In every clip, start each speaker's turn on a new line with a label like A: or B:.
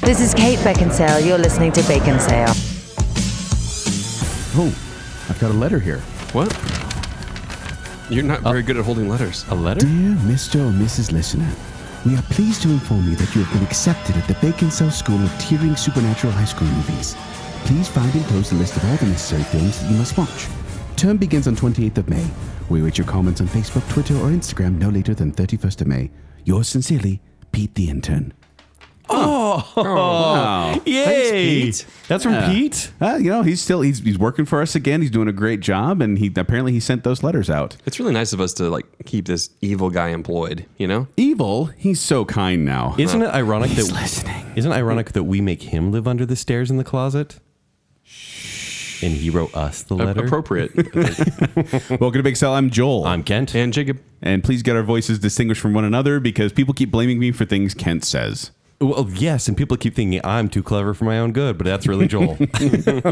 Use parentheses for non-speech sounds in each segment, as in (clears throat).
A: This is Kate Beckinsale. You're listening to Bacon Sale.
B: Oh, I've got a letter here.
C: What? You're not very good at holding letters.
D: A letter?
B: Dear Mr. or Mrs. Listener, we are pleased to inform you that you have been accepted at the Bacon Cell School of Tiering Supernatural High School Movies. Please find and post a list of all the necessary films that you must watch. Term begins on 28th of May. We await your comments on Facebook, Twitter, or Instagram no later than 31st of May. Yours sincerely, Pete the Intern.
D: Yay!
C: Pete.
D: Oh. That's from
B: Oh, Yeah.
D: Pete.
B: Uh, you know, he's still he's, he's working for us again. He's doing a great job, and he apparently he sent those letters out.
C: It's really nice of us to like keep this evil guy employed, you know?
B: Evil, he's so kind now.
D: Isn't it ironic
B: He's
D: that
B: listening.
D: isn't it ironic that we make him live under the stairs in the closet? And he wrote us the
B: Uh,
C: A-
D: letter.
C: Appropriate.
B: (laughs) Welcome to Big Cell. I'm Joel.
D: I'm Kent.
C: and Jacob.
B: and please get our voices distinguished from one another because people keep blaming me for things Kent says.
D: well, yes, and people keep thinking I'm too clever for my own good, but that's really
B: (laughs)
D: Joel.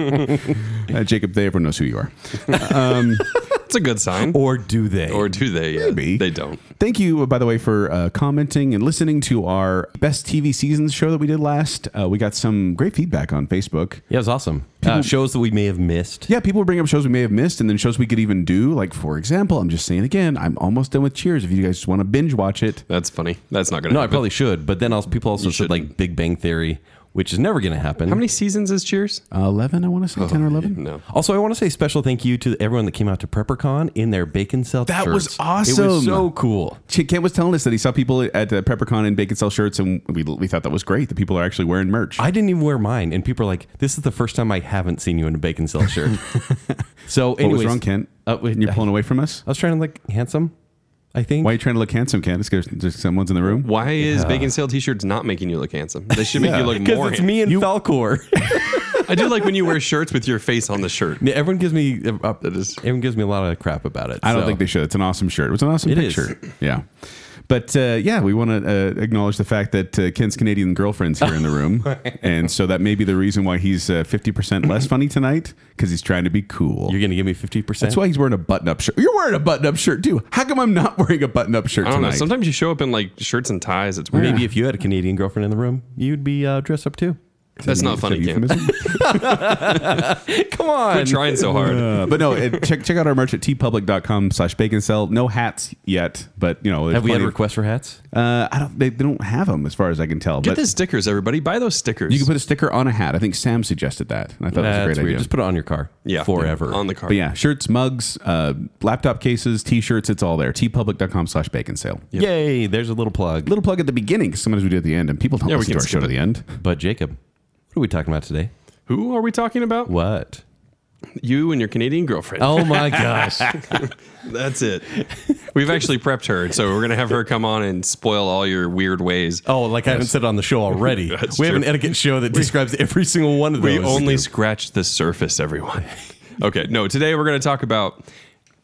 B: Uh, Jacob, they everyone knows who you are.
C: It's a good sign.
D: or do they?
C: Or do they? Yeah,
B: Maybe.
C: They don't.
B: Thank you, by the way, for uh, commenting and listening to our best TV seasons show that we did last. Uh, we got some great feedback on Facebook.
D: Yeah, it was awesome. Uh, shows that we may have missed.
B: Yeah, people bring up shows we may have missed and then shows we could even do. Like, for example, I'm just saying again, I'm almost done with Cheers. If you guys want to binge watch it,
C: That's funny. That's not going to
D: No, I
C: happen.
D: probably should, but then also people also said like Big Bang Theory, which is never going to happen.
C: How many seasons is Cheers?
B: uh, 11, I want to say 10 or 11.
C: No.
D: Also, I want to say special thank you to everyone that came out to PrepperCon in their bacon cell.
B: That was
D: shirts. It
B: awesome.
D: was so cool.
B: Ch- Kent was telling us that he saw people at the PepperCon in bacon cell shirts, and we, we thought that was great that people are actually wearing merch.
D: I didn't even wear mine, and people are like, "This is the first time I haven't seen you in a bacon
B: (laughs)
D: cell shirt." so,
B: what
D: anyways,
B: was wrong, Kent?
D: Uh, wait,
B: You're
D: I,
B: pulling away from us?
D: I was trying to look handsome. I think.
B: Why are you trying to look handsome, Kent? It's 'cause just someone's in the room.
C: Why is bacon sale t-shirts not making you look handsome? They should make
B: Yeah.
C: you look more.
D: Because it's me
B: (laughs)
D: and Falcor. (laughs)
C: handsome. I do like when you wear shirts with your face on the shirt.
D: Yeah, everyone gives me uh, uh,
C: is-
D: everyone gives me a lot of crap about it.
B: I don't
D: so.
B: think they should. It's an awesome shirt. It was an awesome
D: It is.
B: picture. (laughs) Yeah. But uh, yeah, we want to uh, acknowledge the fact that uh, Ken's Canadian girlfriend's here in the
D: (laughs)
B: room. and so that may be the reason why he's uh, 50% less funny tonight because he's trying to be cool.
D: (laughs) You're gonna give me fifty percent.
B: That's why he's wearing a button up shirt. You're wearing a button up shirt too. How come I'm not wearing a button up shirt
C: I don't
B: tonight?
C: know. Sometimes you show up in like shirts and ties. It's weird.
D: Maybe if you had a Canadian girlfriend in the room, you'd be uh, dressed
B: (laughs)
D: up too.
C: That's not
B: Is that
C: funny,
B: a
C: Cam.
B: euphemism?
D: Come on.
C: Quit trying so hard.
B: Uh, but no, it, check check out our merch at tpublic.com slash bacon cell. No hats yet, but you know, there's
D: Have we had
B: plenty of-
D: requests for hats?
B: Uh, I don't. They, they don't have them, as far as I can tell.
C: Get
B: but
C: the stickers, everybody. Buy those stickers.
B: you can put a sticker on a hat. I think Sam suggested that, and I thought that was a
D: That's
B: great
D: weird.
B: idea.
D: Just put it on your car.
C: yeah,
D: Forever.
C: on the card.
B: but yeah, shirts, mugs, uh, laptop cases, t-shirts. It's all there. tpublic.com slash bacon sale.
D: Yay, there's a little plug.
B: Little plug at the beginning 'cause sometimes we do at the end, and people don't
C: Yeah, we
B: listen to
C: can
B: our show
C: skip
B: to the end.
D: But Jacob, what are we talking about today?
C: Who are we talking about?
D: What?
C: You and your Canadian girlfriend.
D: Oh my gosh.
B: (laughs)
C: That's it. We've actually prepped her, so we're gonna have her come on and spoil all your weird ways.
D: Oh, like I haven't said on the show already.
C: (laughs)
D: we
C: That's
D: have
C: true.
D: an etiquette show that describes every single one of those.
C: We only scratched the surface, everyone. okay, no, today we're gonna talk about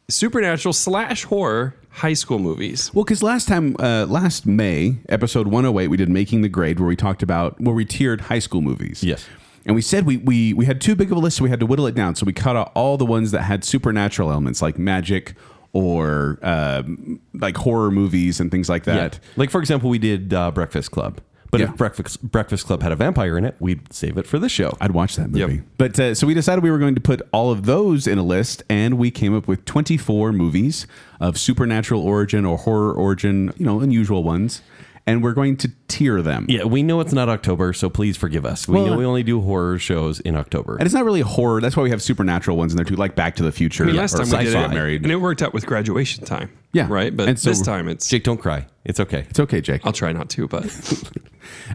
C: supernatural slash horror high school movies.
B: Well, because last time, uh, last May, episode 108, we did Making the Grade, where we talked about, where we tiered high school movies.
D: Yes.
B: And we said we, we, we had too big of a list, so we had to whittle it down. So we cut out all the ones that had supernatural elements like magic or um, like horror movies and things like
D: yeah.
B: that.
D: Like for example, we did uh, Breakfast Club. But
B: Yeah.
D: if Breakfast Breakfast Club had a vampire in it, we'd save it for this show.
B: I'd watch that movie.
C: Yep.
B: But uh, so we decided we were going to put all of those in a list, and we came up with 24 movies of supernatural origin or horror origin, you know, unusual ones. And we're going to tier them.
D: yeah, we know it's not October, so please forgive us. We
B: Well,
D: know we
C: uh,
D: only do horror shows in October.
B: And it's not really horror. That's why we have supernatural ones in there too, like Back to the Future.
C: I mean, last
B: or
C: time we did
B: Sci-Fi.
C: it, and it worked out with graduation time.
B: Yeah.
C: right. But
B: And so-
C: this time it's.
D: Jake, don't cry. It's okay.
B: It's okay, Jake.
C: I'll try not to, but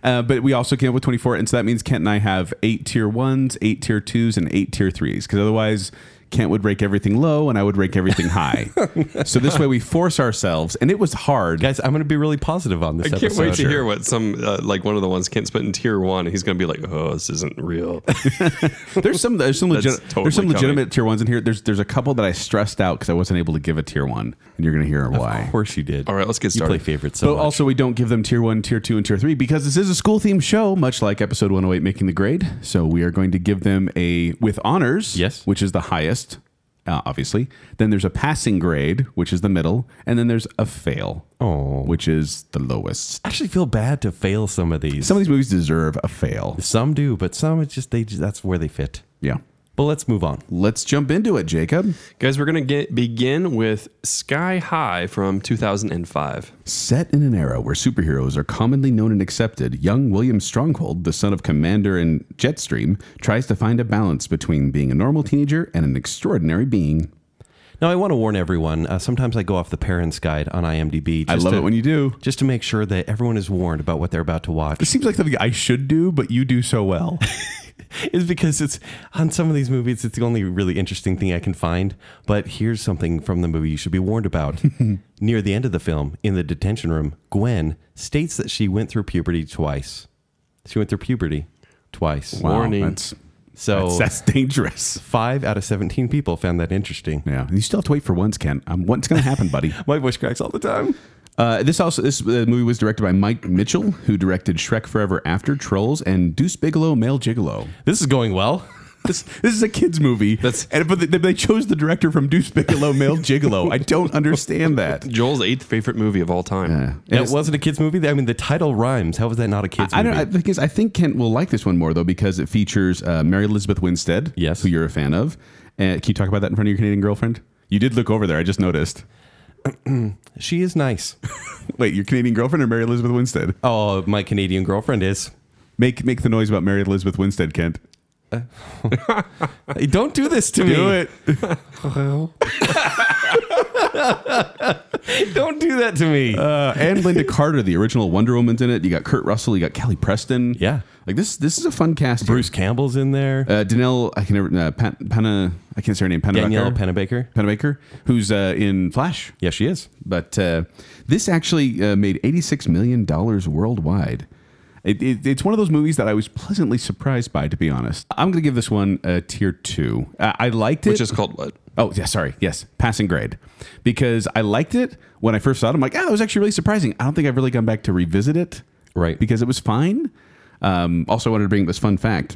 B: Uh, but we also came up with 24, and so that means Kent and I have eight tier ones, eight tier twos, and eight tier threes. Because otherwise, Kent would rake everything low, and I would rake everything
C: (laughs)
B: high. so this way, we force ourselves, and it was hard.
D: Guys, I'm going to be really positive on this
C: I can't
D: episode.
C: wait to hear what some uh, like one of the ones Kent's put in tier one. He's gonna be like, "Oh, this isn't real."
B: There's some there's some
C: That's
B: legit,
C: totally
B: there's some
C: coming.
B: legitimate tier ones in here. There's there's a couple that I stressed out because I wasn't able to give a tier one, and you're gonna hear why.
D: Of course you did.
C: All right, let's get
D: You
C: started.
D: play favorites so
B: But
D: much.
B: also, we don't give them tier one, tier two, and tier three because this is a school themed show, much like episode 108, Making the Grade. So we are going to give them a with honors,
D: Yes.
B: which is the highest, uh, obviously. Then there's a passing grade, which is the middle, and then there's a fail,
D: Oh.
B: which is the lowest.
D: I actually feel bad to fail some of these.
B: Some of these movies deserve a fail.
D: Some do, but some it's just they just, that's where they fit.
B: Yeah.
D: But let's move on.
B: Let's jump into it, Jacob.
C: Guys, we're going to begin with Sky High from 2005.
B: Set in an era where superheroes are commonly known and accepted, young William Stronghold, the son of Commander and Jetstream, tries to find a balance between being a normal teenager and an extraordinary being.
D: Now I want to warn everyone. Uh, sometimes I go off the parents' guide on IMDb.
B: I
D: just
B: love
D: to-
B: it when you do.
D: just to make sure that everyone is warned about what they're about to watch.
E: This
B: (laughs)
E: seems like something I should do, but you do so well.
D: is because it's on some of these movies it's the only really interesting thing i can find but here's something from the movie you should be warned about
B: (laughs)
D: near the end of the film in the detention room gwen states that she went through puberty twice she went through puberty twice
C: Warning.
B: that's,
D: so
B: that's, that's dangerous.
D: five out of 17 people found that interesting
B: Yeah, you still have to wait for once, Ken. Um, what's going to happen, buddy?
D: my voice cracks all the time
B: (laughs) Uh, this also this uh, movie was directed by Mike Mitchell, who directed Shrek Forever After, Trolls, and Deuce Bigelow, Male Gigolo.
D: this is going well
B: This this is a kids movie.
C: That's-
B: and, but they, they chose the director from Deuce Bigelow,
D: (laughs)
B: Male Gigolo. I don't understand that.
C: Joel's eighth favorite movie of all time.
B: Yeah. And
D: it
B: it's-
D: wasn't a kids movie i mean the title rhymes how was that not a kids
B: I
D: movie
B: don't. I, because I think Kent will like this one more though because it features uh, Mary Elizabeth Winstead,
D: Yes.
B: who you're a fan of. Uh, can you talk about that in front of your Canadian girlfriend? You did look over there. I just noticed.
D: she is nice
B: Wait, your Canadian girlfriend or Mary Elizabeth Winstead?
D: oh my canadian girlfriend is
B: Make make the noise about Mary Elizabeth Winstead, Kent.
D: Hey, don't do this to me (laughs) Don't do that to me.
B: Uh, and Linda Carter, the original Wonder Woman's in it. You got Kurt Russell. You got Kelly Preston.
D: Yeah.
B: like this. This is a fun cast. here.
D: Bruce Campbell's in there.
B: uh, Danelle. I can never. Uh, Pan, Pana. I can't say her name. Panabaker,
D: Danielle Pennebaker.
B: Panabaker, who's uh, in Flash.
D: Yeah, she is.
B: But uh, this actually uh, made $86 million worldwide. It, it, it's one of those movies that I was pleasantly surprised by, to be honest. I'm going to give this one a tier two. Uh, I liked it.
C: Which is called what?
B: Oh, yeah, sorry. Yes, passing grade. Because I liked it when I first saw it. I'm like, ah, that was actually really surprising. I don't think I've really gone back to revisit it.
D: Right.
B: Because it was fine. Um, also, I wanted to bring up this fun fact.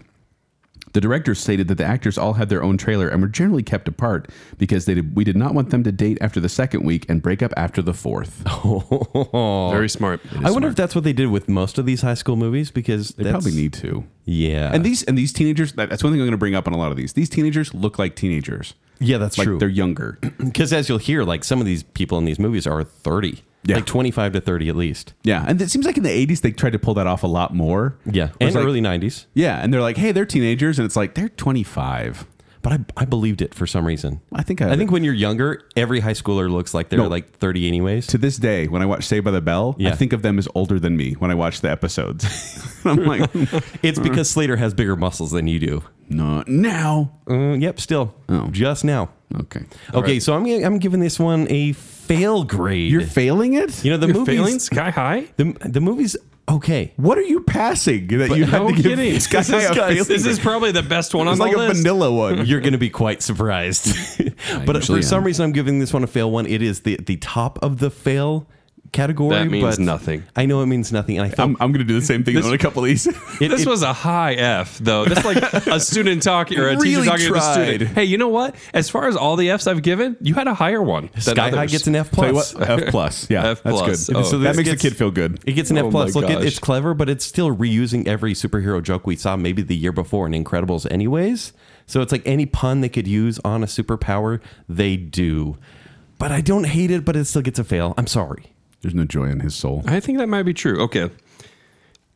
B: The director stated that the actors all had their own trailer and were generally kept apart because they did, we did not want them to date after the second week and break up after the fourth. Uh,
C: Very smart.
D: I wonder if that's what they did with most of these high school movies because
B: they probably need to.
D: Yeah,
B: And these and these teenagers. That, that's one thing I'm going to bring up on a lot of these. These teenagers look like teenagers.
D: yeah, that's
B: like
D: true.
B: They're younger. (clears throat)
D: Because as you'll hear, like some of these people in these movies are thirty,
B: Yeah.
D: like twenty-five to thirty at least.
B: yeah, and it seems like in the 80s they tried to pull that off a lot more.
D: Yeah,
B: It was
D: and
B: like-
D: early nineties.
B: Yeah, and they're like, hey, they're teenagers, and it's like they're 25.
D: But I, I believed it for some reason.
B: I think I-
D: I think when you're younger, every high schooler looks like they're
B: No.
D: like thirty anyways.
B: To this day, when I watch Saved by the Bell, I
D: Yeah.
B: think of them as older than me when I watch the episodes. (laughs) I'm like,
D: it's because Slater has bigger muscles than you do.
B: not now.
D: Uh, yep, still,
B: Oh.
D: just now.
B: Okay,
D: Okay, so I'm gonna- I'm giving this one a fail grade.
B: you're failing it.
D: you know the
C: You're
B: (laughs)
D: movies.
C: failing Sky High?
D: The the movie's okay.
B: what are you passing that you had
C: No
B: to give
C: kidding.
B: this guy a failing
C: (laughs) this is
B: grade?
C: probably the best one on
B: It's
C: the
B: like a
C: list.
B: vanilla
D: (laughs)
B: one. (laughs)
D: You're going to be quite surprised. but for
B: usually
D: some
B: am.
D: reason, I'm giving this one a fail one. It is the the top of the fail category.
C: That means
D: but
C: nothing. Um,
D: I know it means nothing, and I felt
B: I'm, I'm going to do the same thing on a couple of these.
D: it,
C: this
D: it-
C: was a high F though. That's like
B: (laughs)
C: a student talking or a teacher
B: Really
C: talking to the student.
B: tried.
C: Hey, you know what? As far as all the Fs I've given, you had a higher one. than
D: Sky High
C: others.
D: gets an F
B: Tell you
D: plus.
B: what, F plus. Yeah,
C: F
B: that's
C: plus.
B: good.
C: Oh.
B: so
C: So
B: that
D: this
B: makes
D: gets-
B: the kid feel good.
D: It gets an
C: Oh
D: F plus.
C: my
D: Look, it,
C: gosh.
D: it's clever, but it's still reusing every superhero joke we saw maybe the year before in Incredibles, anyways. So it's like any pun they could use on a superpower, they do. But I don't hate it, but it still gets a fail. I'm sorry.
B: There's no joy in his soul.
C: I think that might be true. Okay.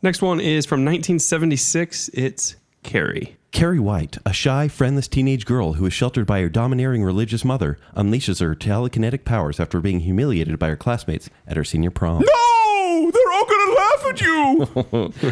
C: Next one is from 1976. It's Carrie.
D: Carrie White, a shy, friendless teenage girl who is sheltered by her domineering religious mother, unleashes her telekinetic powers after being humiliated by her classmates at her senior prom.
B: No, they're all going to laugh at you.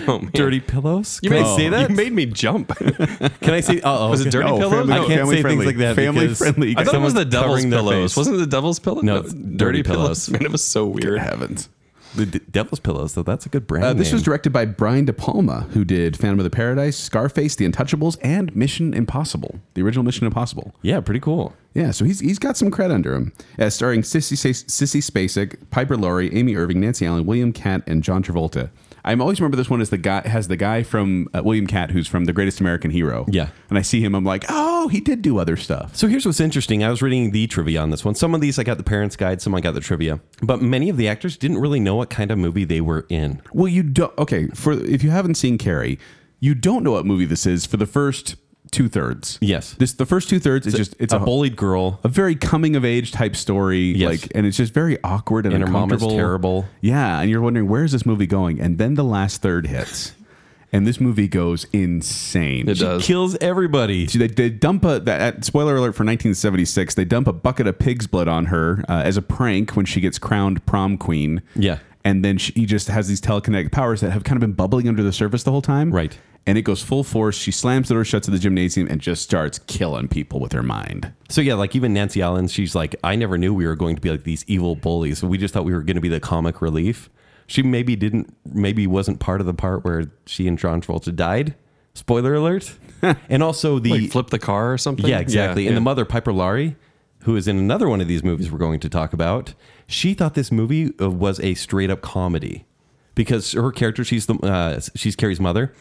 C: Oh, man.
D: Dirty Oh. pillows?
C: You
D: Can
C: made,
D: I say that?
C: You made me jump. (laughs) I
D: Can I say? Uh-oh.
C: Was it dirty pillows?
D: I
C: No,
D: can't
B: family
D: say
B: friendly.
D: things like that.
B: Family
D: because
B: friendly. I
C: thought it was
D: someone's
C: the devil's
D: covering their
C: pillows.
D: face.
C: Wasn't it the devil's pillow?
D: No, it's Dirty
C: (laughs)
D: Pillows.
C: Man, it was so weird.
B: Heavens.
D: the d- devil's pillows? Though that's a good brand.
B: Uh, this
D: name.
B: was directed by Brian De Palma, who did Phantom of the Paradise, Scarface, The Untouchables, and Mission Impossible, the original Mission Impossible.
D: yeah, pretty cool.
B: Yeah, so he's, he's got some cred under him. Uh, starring Sissy, Sa- Sissy Spacek, Piper Laurie, Amy Irving, Nancy Allen, William Cat, and John Travolta. I always remember this one as the guy has the guy from uh, William Cat who's from The Greatest American Hero.
D: Yeah.
B: and I see him, I'm like, oh, he did do other stuff.
D: So here's what's interesting. I was reading the trivia on this one. Some of these I got the parents' guide, some I got the trivia. But many of the actors didn't really know what kind of movie they were in.
B: Well, you don't. Okay, for if you haven't seen Carrie, you don't know what movie this is for the first two thirds.
D: Yes. Uh-huh.
B: this the first two thirds is just it's a,
D: a bullied girl.
B: a very coming of age type story.
D: Yes.
B: Like, and it's just very awkward and,
D: And her mom is
B: uncomfortable.
D: terrible.
B: Yeah, and you're wondering where is this movie going, and then the last third hits, (laughs) and this movie goes insane.
C: It
B: She-
C: does.
D: Kills everybody.
B: she- They, they dump a that spoiler alert for 1976. They dump a bucket of pig's blood on her uh, as a prank when she gets crowned prom queen.
D: Yeah.
B: and then she, he just has these telekinetic powers that have kind of been bubbling under the surface the whole time.
D: Right.
B: and it goes full force. She slams the door shut to the gymnasium and just starts killing people with her mind.
D: So yeah, like even Nancy Allen, she's like, I never knew we were going to be like these evil bullies. We just thought we were going to be the comic relief. She maybe didn't, maybe wasn't part of the part where she and John Travolta died. Spoiler (laughs) alert. and also the
C: Like flip the car or something.
D: yeah, exactly.
C: Yeah,
D: and
C: yeah.
D: the mother Piper Laurie, who is in another one of these movies we're going to talk about, she thought this movie uh, was a straight up comedy because her character, she's the uh, she's Carrie's mother.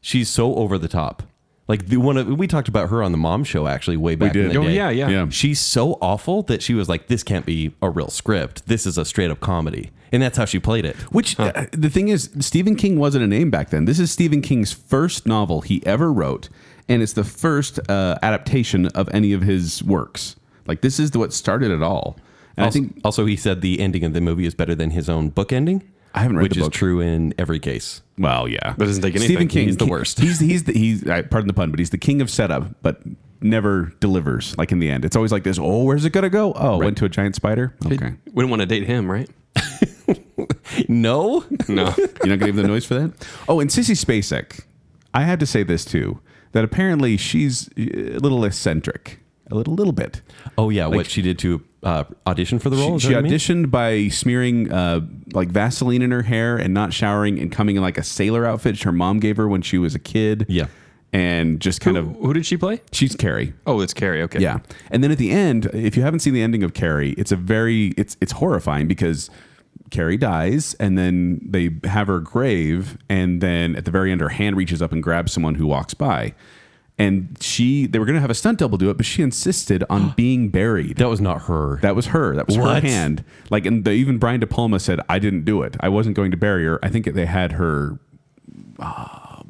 D: She's so over the top. Like the one of, we talked about her on the Mom Show actually way back. in
B: did.
D: the
B: Oh,
D: day.
C: yeah, yeah.
B: Yeah.
D: She's so awful that she was like, "This can't be a real script. This is a straight up comedy," and that's how she played it.
B: Which uh, the thing is, Stephen King wasn't a name back then. This is Stephen King's first novel he ever wrote, and it's the first uh, adaptation of any of his works. Like this is the, what started it all. And
D: also,
B: I think
D: also he said the ending of the movie is better than his own book ending.
B: I haven't read
D: which
B: the
D: is
B: book.
D: true in every case.
B: well, yeah,
C: That doesn't take
B: Stephen
C: anything.
B: King
C: He's the worst.
B: He's he's the, he's uh, pardon the pun, but he's the king of setup, but never delivers. Like in the end, it's always like this. Oh, where's it gonna go? Oh, went to a giant spider. Okay,
C: Wouldn't want to date him,
D: (laughs)
C: right?
D: No,
C: No.
B: You're not gonna give the noise for that. Oh, and Sissy Spacek, I have to say this too. That apparently she's uh, a little eccentric, a little little bit.
D: Oh yeah, what she did to uh, audition for the role? is
B: she
D: that
B: she
D: what you mean?
B: auditioned by smearing uh, like Vaseline in her hair and not showering and coming in like a sailor outfit her mom gave her when she was a kid.
D: Yeah.
B: and just kind of
C: who, who did she play?
B: she's Carrie.
C: Oh, it's Carrie.
B: (laughs)
C: Okay.
B: Yeah. And then at the end, if you haven't seen the ending of Carrie, it's a very it's it's horrifying because Carrie dies and then they have her grave and then at the very end her hand reaches up and grabs someone who walks by. And she they were going to have a stunt double do it, but she insisted
D: (gasps)
B: on being buried.
D: That was not her.
B: That was her. That was
D: What?
B: her hand. Like, and the, even Brian De Palma said, "I didn't do it. I wasn't going to bury her." I think they had her uh,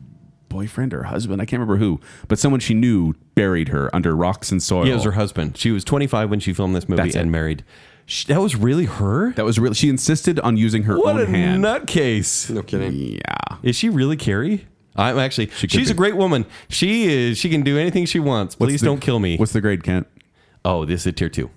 B: boyfriend or husband. I can't remember who, but someone she knew buried her under rocks and soil.
D: yeah, it was her husband. She was 25 when she filmed this movie
B: That's it.
D: and married. She, that was really her.
B: That was really. She insisted on using her
D: what
B: own
D: a
B: hand.
D: nutcase!
C: No kidding.
B: Yeah.
D: Is she really Carrie? I'm actually. she's
B: be.
D: a great woman. She is. She can do anything she wants. Please
B: the-
D: don't kill me.
B: What's the grade, Kent?
D: Oh, this is a tier two.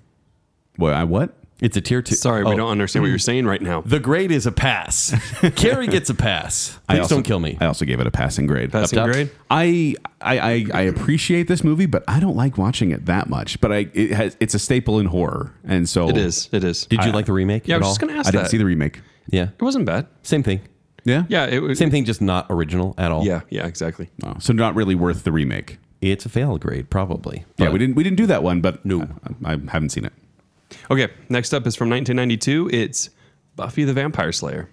B: Well, I what?
D: It's a tier two.
C: Sorry,
D: Oh,
C: we don't understand what you're saying right now.
D: The grade is
B: (laughs)
D: a pass. Carrie gets a pass.
B: I
D: Please
B: also-
D: don't kill me.
B: I also gave it a passing grade.
C: Passing
D: Up top.
C: grade.
B: I, I I I appreciate this movie, but I don't like watching it that much. But I it has it's a staple in horror, and so
C: It is. It is.
D: Did you like the remake?
C: Yeah, I
D: at
C: was
D: all?
C: just gonna ask
B: I didn't
C: that.
B: see the remake.
D: Yeah,
C: it wasn't bad.
D: same thing.
B: Yeah.
C: Yeah. It was.
D: Same thing, just not original at all.
C: Yeah. Yeah. Exactly.
B: Oh, so not really worth the remake.
D: it's a fail grade probably.
B: yeah, we didn't we didn't do that one, but
D: No.
B: I, I haven't seen it.
C: Okay. Next up is from 1992. It's Buffy the Vampire Slayer.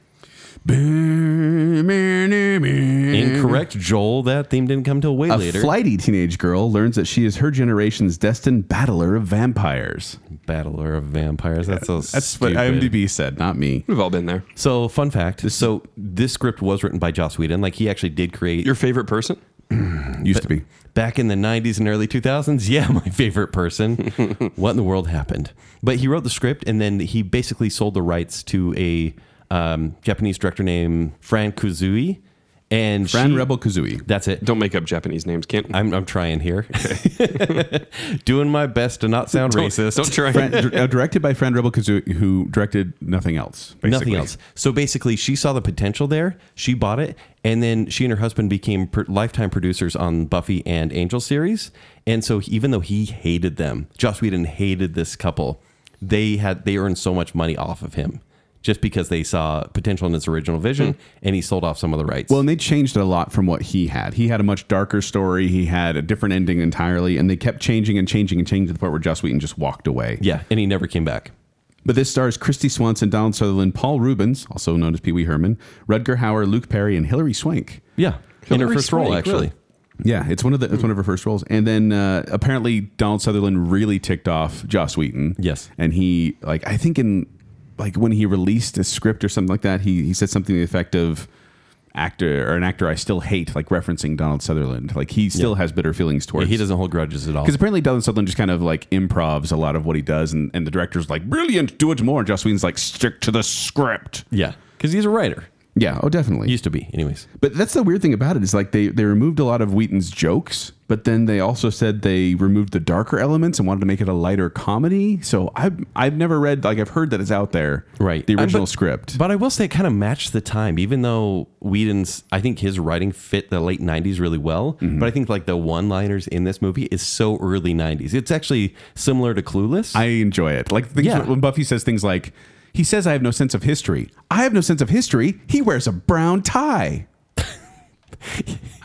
D: Incorrect, Joel. That theme didn't come till way
B: A
D: later.
B: flighty teenage girl learns that she is her generation's destined battler of vampires.
D: Battler of Vampires. That's so
B: That's
D: stupid.
B: what IMDb said, not me.
C: We've all been there.
D: So, fun fact. so, this script was written by Joss Whedon. Like, he actually did create
C: Your favorite person?
B: Used to be.
D: back in the 90s and early 2000s. Yeah, (laughs) my favorite person.
C: (laughs)
D: what in the world happened? But he wrote the script and then he basically sold the rights to a um, Japanese director named Fran Kuzui. And
B: Fran
D: she-
B: Rebel (laughs) Kazooie.
D: That's it.
C: Don't make up Japanese names. Can't.
D: I'm, I'm trying here. (laughs) Doing my best to not
C: (laughs)
D: sound
C: don't,
D: racist.
C: Don't try.
B: Fran, dir- uh, directed by Fran Rebel Kazooie, who directed nothing else. Basically.
D: Nothing else. So basically, she saw the potential there. She bought it, and then she and her husband became per- lifetime producers on Buffy and Angel series. And so, even though he hated them, Joss Whedon hated this couple. They had they earned so much money off of him just because they saw potential in its original vision and he sold off some of the rights.
B: Hmm. Well, and they changed it a lot from what he had. He had a much darker story. He had a different ending entirely, and they kept changing and changing and changing to the point where Joss Whedon just walked away.
D: yeah, and he never came back.
B: But this stars Christy Swanson, Donald Sutherland, Paul Rubens, also known as Pee Wee Herman, Rutger Hauer, Luke Perry, and Hilary Swank.
D: Yeah, in her
C: Hillary
D: first role
C: Swank,
D: actually.
C: really.
B: Yeah, it's one of the it's
D: Hmm.
B: one of her first roles. And then uh, apparently Donald Sutherland really ticked off Joss Wheaton.
D: Yes.
B: and he like I think in like when he released a script or something like that, he he said something to the effect of actor or an actor I still hate, like referencing Donald Sutherland. Like he still has bitter feelings towards.
D: He doesn't hold grudges at all.
B: Because apparently Donald Sutherland just kind of like improvs a lot of what he does, and, and the director's like, "Brilliant, do it more." And Joss Whedon's like, "Stick to the script."
D: Yeah, because he's a writer.
B: Yeah, oh, definitely.
D: Used to be, anyways.
B: But that's the weird thing about it is like they they removed a lot of Wheaton's jokes, but then they also said they removed the darker elements and wanted to make it a lighter comedy. So I have I've never read like I've heard that it's out there,
D: Right.
B: The
D: Uh,
B: original
D: but-
B: script.
D: But I will say it kind of matched the time, even though Whedon's, I think his writing fit the late 90s really well.
B: Mm-hmm.
D: But I think like the one liners in this movie is so early 90s. It's actually similar to Clueless.
B: I enjoy it. Like things
D: Yeah.
B: when Buffy says things like, "He says I have no sense of history. I have no sense of history. He wears a brown tie."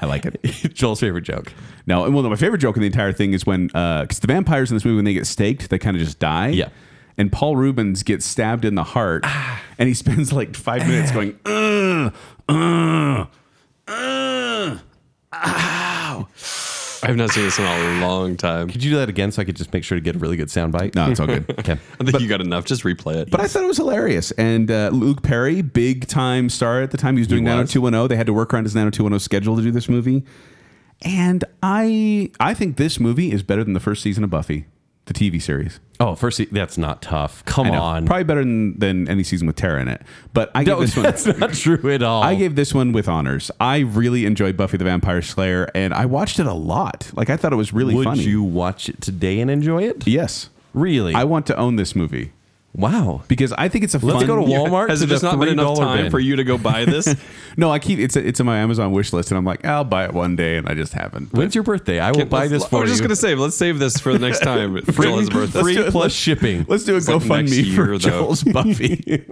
B: I like it.
D: (laughs) Joel's favorite joke.
B: Now, and well, no, my favorite joke in the entire thing is when, because the vampires in this movie, when they get staked, they kind of just die.
D: Yeah.
B: And Paul Rubens gets stabbed in the heart, and he spends like five minutes going, "Ugh, ugh, ugh, ow."
C: I have not seen this in a long time.
D: Could you do that again so I could just make sure to get a really good soundbite?
B: No, it's all (laughs) good.
D: (laughs) Okay.
C: I think you got enough. Just replay it.
B: But I thought it was hilarious. And uh, Luke Perry, big time star at the time, he was doing
D: was.
B: 90210. oh. They had to work around his 90210 schedule to do this movie. And I, I think this movie is better than the first season of Buffy, the TV series.
D: Oh, first, se- that's not tough. Come
B: I know.
D: on.
B: Probably better than, than any season with Tara in it. But I gave
D: No,
B: this one.
D: that's not true at all.
B: I gave this one with honors. I really enjoyed Buffy the Vampire Slayer, and I watched it a lot. Like I thought it was really
D: Would
B: funny.
D: you watch it today and enjoy it?
B: Yes,
D: Really?
B: I want to own this movie
D: wow.
B: because I think it's a. fun,
D: Let's go to
B: Yeah.
D: Walmart
C: Has
D: to
C: it just
D: the
C: not been enough
D: $3
C: time
D: bin.
C: for you to go buy
D: (laughs)
C: this?
B: No, I keep it's it's in my Amazon wish list, and I'm like, I'll buy it one day, and I just haven't. (laughs)
D: When's your birthday? I will buy
C: Let's-
D: this for
C: I was
D: you.
C: just gonna save. Let's save this for the
D: (laughs)
C: next time. Joel has a birthday.
D: Free
B: do it.
D: plus shipping.
B: Let's do a
C: It's like next
B: GoFundMe for
C: year, though.
D: (laughs)
B: Joel's Buffy.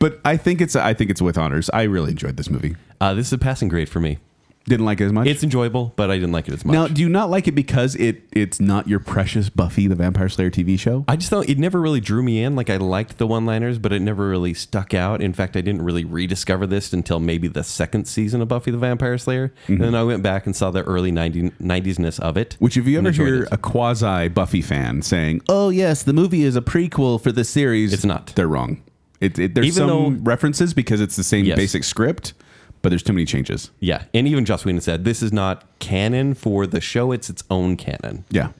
B: but I think it's I think it's with honors. I really enjoyed this movie.
D: Uh, this is a passing grade for me.
B: Didn't like it as much.
D: It's enjoyable, but I didn't like it as much.
B: now, do you not like it because it it's not your precious Buffy the Vampire Slayer TV show?
D: I just thought it never really drew me in. Like I liked the one-liners, but it never really stuck out. In fact, I didn't really rediscover this until maybe the second season of Buffy the Vampire Slayer. And then I went back and saw the early 90, 90s-ness of it.
B: Mm-hmm. Which, if you
D: and
B: ever
D: enjoyed
B: hear
D: it.
B: a quasi Buffy fan saying, "Oh yes, the movie is a prequel for the series,"
D: It's not.
B: They're wrong. It, it, there's some
D: Even though-
B: references because it's the same
D: Yes.
B: basic script, but there's too many changes.
D: yeah, and even Joss Whedon said this is not canon for the show. It's its own canon.
B: Yeah.
C: All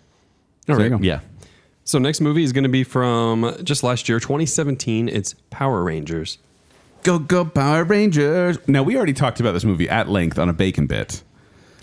B: There you
C: right.
B: go.
D: Yeah,
C: So next movie is gonna be from just last year, 2017. It's Power Rangers.
B: Go go Power Rangers! Now we already talked about this movie at length on a bacon bit,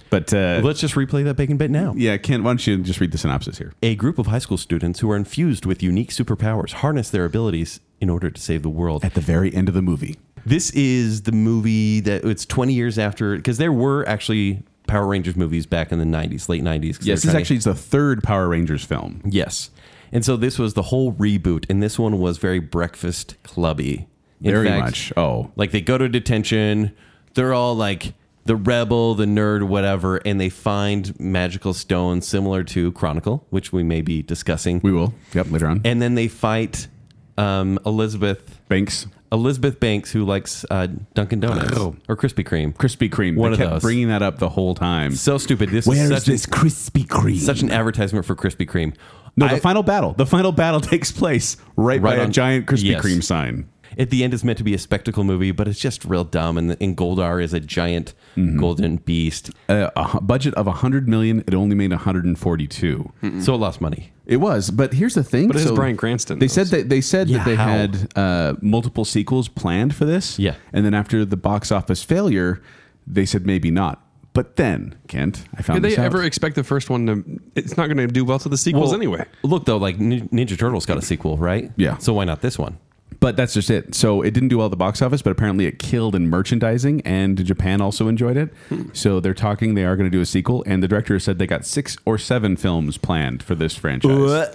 B: but uh,
D: let's just replay that bacon bit now.
B: yeah, Ken, why don't you just read the synopsis here?
D: A group of high school students who are infused with unique superpowers harness their abilities in order to save the world.
B: At the very end of the movie,
D: This is the movie that it's 20 years after because there were actually Power Rangers movies back in the 90s, late 90s. 'cause they
B: yes,
D: were
B: this
D: trying
B: actually is the third Power Rangers film.
D: to- yes. And so this was the whole reboot, and this one was very breakfast clubby. In
B: Very
D: fact,
B: much. Oh,
D: Like they go to detention, they're all like the rebel, the nerd, whatever, and they find magical stones similar to Chronicle, which we may be discussing.
B: we will. Yep, later on.
D: and then they fight um, Elizabeth
B: Banks,
D: Elizabeth Banks, who likes uh, Dunkin' Donuts
B: Oh.
D: or Krispy Kreme.
B: Krispy Kreme.
D: One
B: they
D: of
B: kept
D: those.
B: Bringing that up the whole time.
D: so stupid. This
B: Where
D: is
B: is
D: such,
B: this Krispy Kreme?
D: (laughs) such
B: (laughs)
D: an advertisement for Krispy Kreme.
B: no,
D: I-
B: the final battle. The final battle (laughs) takes place right,
D: Right
B: by
D: on-
B: a giant Krispy
D: yes.
B: Kreme sign.
D: at the end is meant to be a spectacle movie, but it's just real dumb. And, and Goldar is a giant
B: Mm-hmm.
D: golden beast,
B: Uh, a hu- budget of 100 million. It only made 142.
D: so it lost money.
B: It was, but here's the thing.
C: But it is Bryan Cranston,
B: They
C: though,
B: said
C: so-
B: that they said
D: Yeah,
B: that they
D: how?
B: had uh, multiple sequels planned for this.
D: Yeah.
B: and then after the box office failure, they said maybe not. But then Kent, I found
C: Did they
B: this out.
C: ever expect the first one to? It's not gonna do well to the sequels anyway.
D: look though, like Nin- Ninja Turtles got a sequel, right?
B: Yeah.
D: So why not this one?
B: But that's just it. So it didn't do well at the box office, but apparently it killed in merchandising, and Japan also enjoyed it.
C: Hmm.
B: So they're talking they are going to do a sequel, and the director said they got six or seven films planned for
C: Uh,
B: this franchise.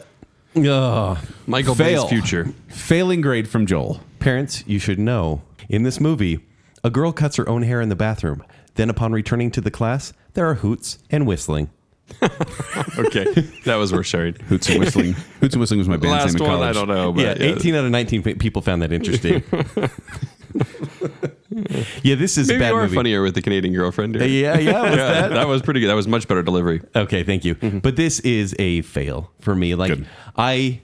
D: Ugh.
C: Michael
B: Fail.
C: Bay's future.
B: Failing grade from Joel.
D: Parents, you should know. In this movie, a girl cuts her own hair in the bathroom. Then, upon returning to the class, there are hoots and whistling. (laughs)
C: Okay, that was worth sharing.
B: Hoots and
C: (laughs)
B: Whistling. Hoots and Whistling was my band's
C: Last
B: name in
C: one,
B: college.
C: I don't know. But
D: yeah, 18 out of 19 pe- people found
C: (laughs)
D: that interesting. yeah, this is a
C: Maybe
D: bad
C: you are
D: movie.
C: funnier with the Canadian girlfriend. here. (laughs)
D: Yeah, yeah, was
C: Yeah, Mm-hmm.
D: that?
C: that was pretty good. That was much better delivery.
D: Okay, thank you. But this is a fail for me. Like
B: Good.
D: I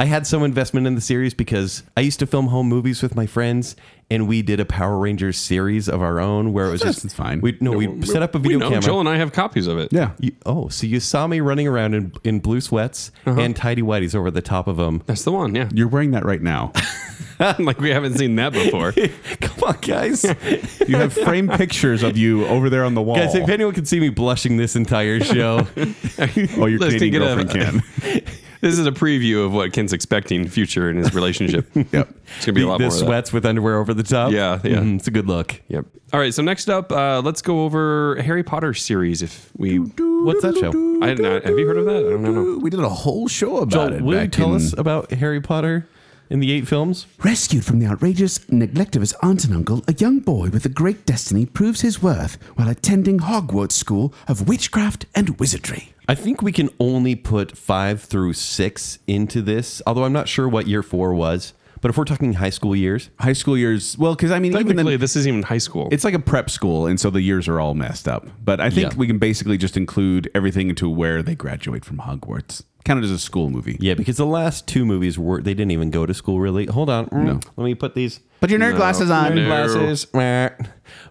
D: I had some investment in the series because I used to film home movies with my friends and we did a Power Rangers series of our own where it was
B: That's-
D: just
B: that's fine.
D: We no, we set up a
C: We
D: video
C: know,
D: camera.
C: Joel and I have copies of it.
B: Yeah.
D: You- oh, so you saw me running around in, in blue sweats
C: Uh-huh.
D: and tidy whities over the top of
C: (laughs)
D: them.
C: That's the one, yeah.
B: You're wearing that right now.
C: (laughs) like we haven't seen that
D: (laughs)
C: before.
D: (laughs) Come on, guys. guys,
B: You have
C: (laughs)
B: framed pictures of you over there on the wall.
D: if anyone could see me blushing this entire
C: (laughs)
D: show,
B: oh, your
C: Let's
B: Canadian
C: take it up.
B: girlfriend can.
C: (laughs) this is a preview of what Ken's expecting future in his relationship.
D: (laughs)
B: Yep.
C: It's gonna be a lot
D: the
C: more. of that.
D: sweats with underwear over the top.
C: Yeah, yeah.
D: Mhm, it's a good look.
C: Yep. All right. So next up, uh, let's go over Harry Potter series. If we,
D: What's that show?
C: I did not. Have you heard of that? I don't know.
B: We did a whole show about
D: Joel,
B: it.
D: will you
B: back
D: tell
B: in-
D: us about Harry Potter in the eight films?
F: Rescued from the outrageous neglect of his aunt and uncle, a young boy with a great destiny proves his worth while attending Hogwarts School of Witchcraft and Wizardry.
D: I think we can only put five through six into this, although I'm not sure what year four was. But if we're talking high school years,
B: high school years? Well, because I mean, even
C: Technically,
B: then,
C: this is even high school.
B: it's like a prep school, and so the years are all messed up. But I think
D: Yeah.
B: we can basically just include everything into where they graduate from Hogwarts. Counted as a school movie.
D: yeah, because the last two movies were they didn't even go to school really. Hold on, Mm,
B: No.
D: let me put these
B: Put your nerd glasses on.
C: No.
D: glasses. Meh.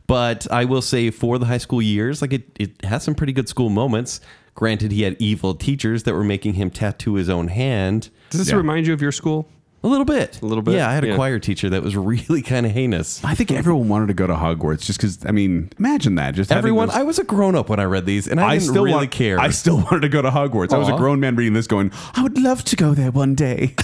D: But I will say for the high school years, like it, it has some pretty good school moments. Granted, he had evil teachers that were making him tattoo his own hand.
C: Does this
B: Yeah.
C: remind you of your school?
D: A little bit. A
C: little bit,
D: Yeah, I had a
C: yeah.
D: choir teacher that was (laughs) really kind of heinous.
B: I think everyone wanted to go to Hogwarts just because. I mean, imagine that. Just having
D: Everyone,
B: those-
D: I was a grown up when I read these, and I, didn't really
B: want-
D: care.
B: I still (laughs) wanted to go to Hogwarts. I was a
D: Aw.
B: grown man reading this, going,
F: I would love to go there one
B: (laughs)
F: day.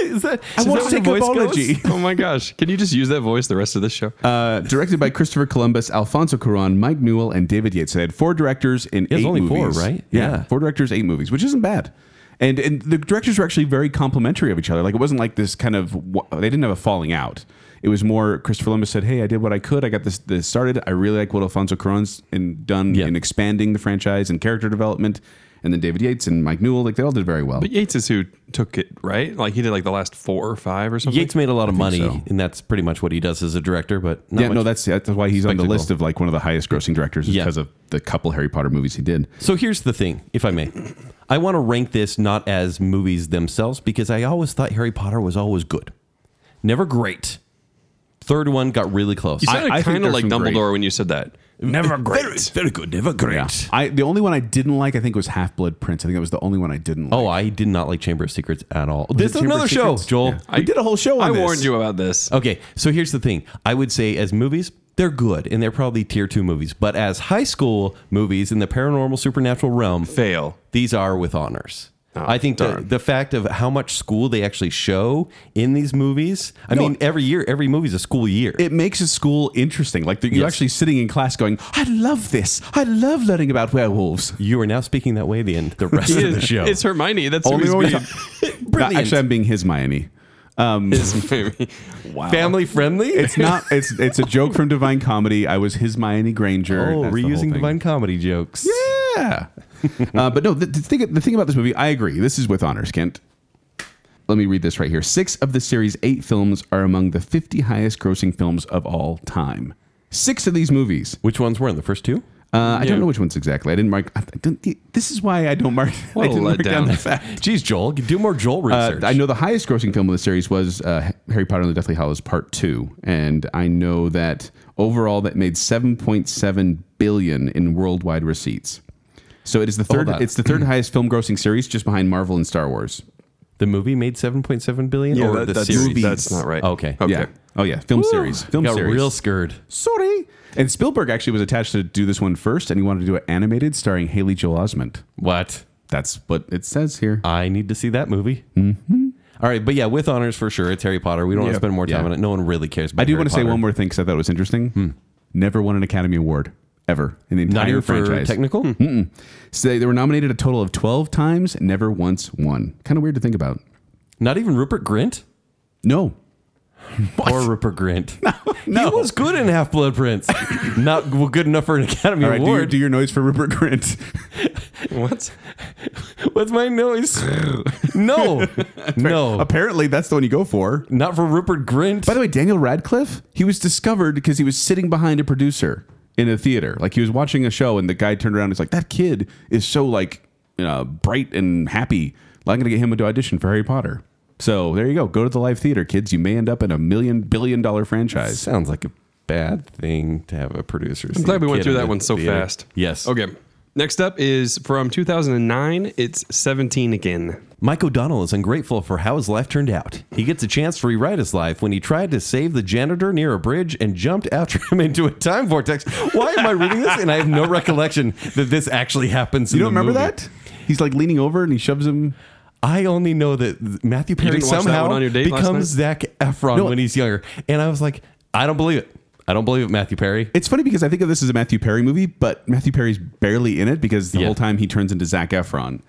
D: is that,
F: I
D: is
F: want to
D: that how your
F: take
D: voice
F: herbology.
D: goes?
C: Oh my gosh! Can you just use that voice the rest of this show?
B: Uh, directed by Christopher Columbus, Alfonso Cuarón, Mike Newell, and David Yates. They had four directors in
D: was
B: eight
D: only four,
B: movies.
D: right?
B: Yeah.
D: Yeah.
B: four directors, eight movies, which isn't bad. And and the directors were actually very complimentary of each other. Like it wasn't like this kind of wa- they didn't have a falling out. It was more Christopher Columbus said, "Hey, I did what I could. I got this this started. I really like what Alfonso Cuarón's in, done
D: Yeah.
B: in expanding the franchise and character development." And then David Yates and Mike Newell, like they all did very well.
C: But Yates is who took it, right? Like he did like the last four or five or something.
D: Yates made a lot of money,
B: so.
D: and that's pretty much what he does as a director. But not
B: yeah,
D: much.
B: no, that's that's why he's on the
D: spectacle.
B: list of like one of the highest grossing directors is
D: Yeah.
B: because of the couple Harry Potter movies he did.
D: So here's the thing, if I may, I want to rank this not as movies themselves because I always thought Harry Potter was always good, never great. Third one got really close.
C: You
B: I-
C: sounded
B: I think
C: kind of
B: there's
C: like
B: some
C: Dumbledore
B: great-
C: when you said that.
B: Never great.
D: very good, never great.
B: I the only one I didn't like I think was Half Blood Prince. I think that was the only one I didn't. like.
D: Oh, I did not like Chamber of Secrets at all. this is
B: Chamber of
D: another show,
B: Secrets?
D: Joel.
B: I did a whole show. on
C: I
B: this.
C: warned you about this.
D: Okay, so here's the thing. I would say as movies, they're good and they're probably tier two movies. But as high school movies in the paranormal supernatural realm,
C: Fail.
D: these are with honors.
B: Oh,
D: I think the, the fact of how much school they actually show in these movies. I mean, every year, every movie's a school year.
B: It makes a school interesting. Like you're
D: Yes.
B: actually sitting in class going, "I love this. I love learning about werewolves."
D: you are now speaking that way the end
B: (laughs)
D: the rest of the
C: It's-
D: show.
C: It's Hermione. That's
B: Only when
C: who
B: we
C: he's
B: talk-
C: being.
B: (laughs) No, actually, I'm being his Miami. Um,
C: Is maybe. Wow.
D: Family friendly.
B: it's not. It's it's a joke from Divine Comedy. I was his Miami Granger.
D: oh,
B: That's the whole
D: reusing
B: thing.
D: divine comedy jokes.
B: Yeah. (laughs) uh, but no, the, the, thing, the thing about this movie, I agree. This is with honors, Kent. Let me read this right here. Six of the series' eight films are among the 50 highest grossing films of all time. Six of these movies.
D: Which ones were in the first two?
B: Uh, I
C: Yeah.
B: don't know which ones exactly. I didn't mark. I didn't, this is why I don't mark. (laughs)
C: What
B: I
C: a
B: didn't mark down
C: letdown.
B: the fact.
D: Geez, Joel, do more Joel
B: Uh,
D: research.
B: I know the highest grossing film of the series was uh, Harry Potter and the Deathly Hallows Part Two, and I know that overall that made seven point seven billion in worldwide receipts. So it is the third.
D: on.
B: It's the
D: (clears throat)
B: third highest film grossing series, just behind Marvel and Star Wars.
D: the movie made seven point seven billion. or the
C: that's,
D: series.
C: that's not right.
D: Okay.
C: Okay.
B: Yeah. Oh yeah. Film series. Film
D: Got
B: series.
D: real scared.
B: Sorry. And Spielberg actually was attached to do this one first, and he wanted to do it animated, starring Haley Joel Osment.
D: What?
B: That's what it says here.
D: I need to see that movie. Mm-hmm. right, but yeah, with honors for sure. It's Harry Potter. We don't want
C: Yeah.
D: to spend more time
B: Yeah.
D: on it. No one really cares. About
B: I do
D: Harry
B: want to say
D: Potter. Hmm.
B: one more thing because I thought it was interesting. Never won an Academy Award ever in the entire
D: Not Hmm. even for
B: franchise.
D: technical.
B: So they, they were nominated a total of 12 times, and never once won. Kind of weird to think about.
D: Not even Rupert Grint.
B: No.
D: or Rupert (laughs) Grint. He was good in Half Blood (laughs) Prince. Not well, good enough for an Academy
B: All right, do your,
D: Award.
B: do your noise for Rupert (laughs) Grint.
C: (laughs) What?
D: What's my (laughs) noise? (laughs) no, no,
B: Apparently, that's the one you go for.
D: not for Rupert Grint.
B: Oh. By the way, Daniel Radcliffe, he was discovered because he was sitting behind a producer in a theater. Like he was watching a show, and the guy turned around. and was like, "That kid is so like you know, bright and happy. I'm going to get him to audition for Harry Potter." So there you go. Go to the live theater, kids. You may end up in a million billion dollar franchise.
D: sounds like a bad thing to have a producer.
C: I'm glad we went through that one so fast.
D: Yes.
C: Okay. Next up is from 2009. It's 17 again.
D: Mike O'Donnell is ungrateful for how his life turned out. He gets a chance to rewrite his life when he tried to save the janitor near a bridge and jumped after (laughs) him into a time vortex. Why am I reading this? And I have no recollection that this actually happens.
B: You
D: in
B: don't
D: the
B: remember
D: movie.
B: that? He's like leaning over and he shoves him.
D: I only know that Matthew Perry
C: didn't watch that
D: somehow
C: one on your date last
D: becomes Zach Efron when he's younger. And I was like, I don't believe it. I don't believe it, Matthew Perry.
B: It's funny because I think of this as a Matthew Perry movie, but Matthew Perry's barely in it because the
D: Yeah.
B: whole time he turns into Zach Efron.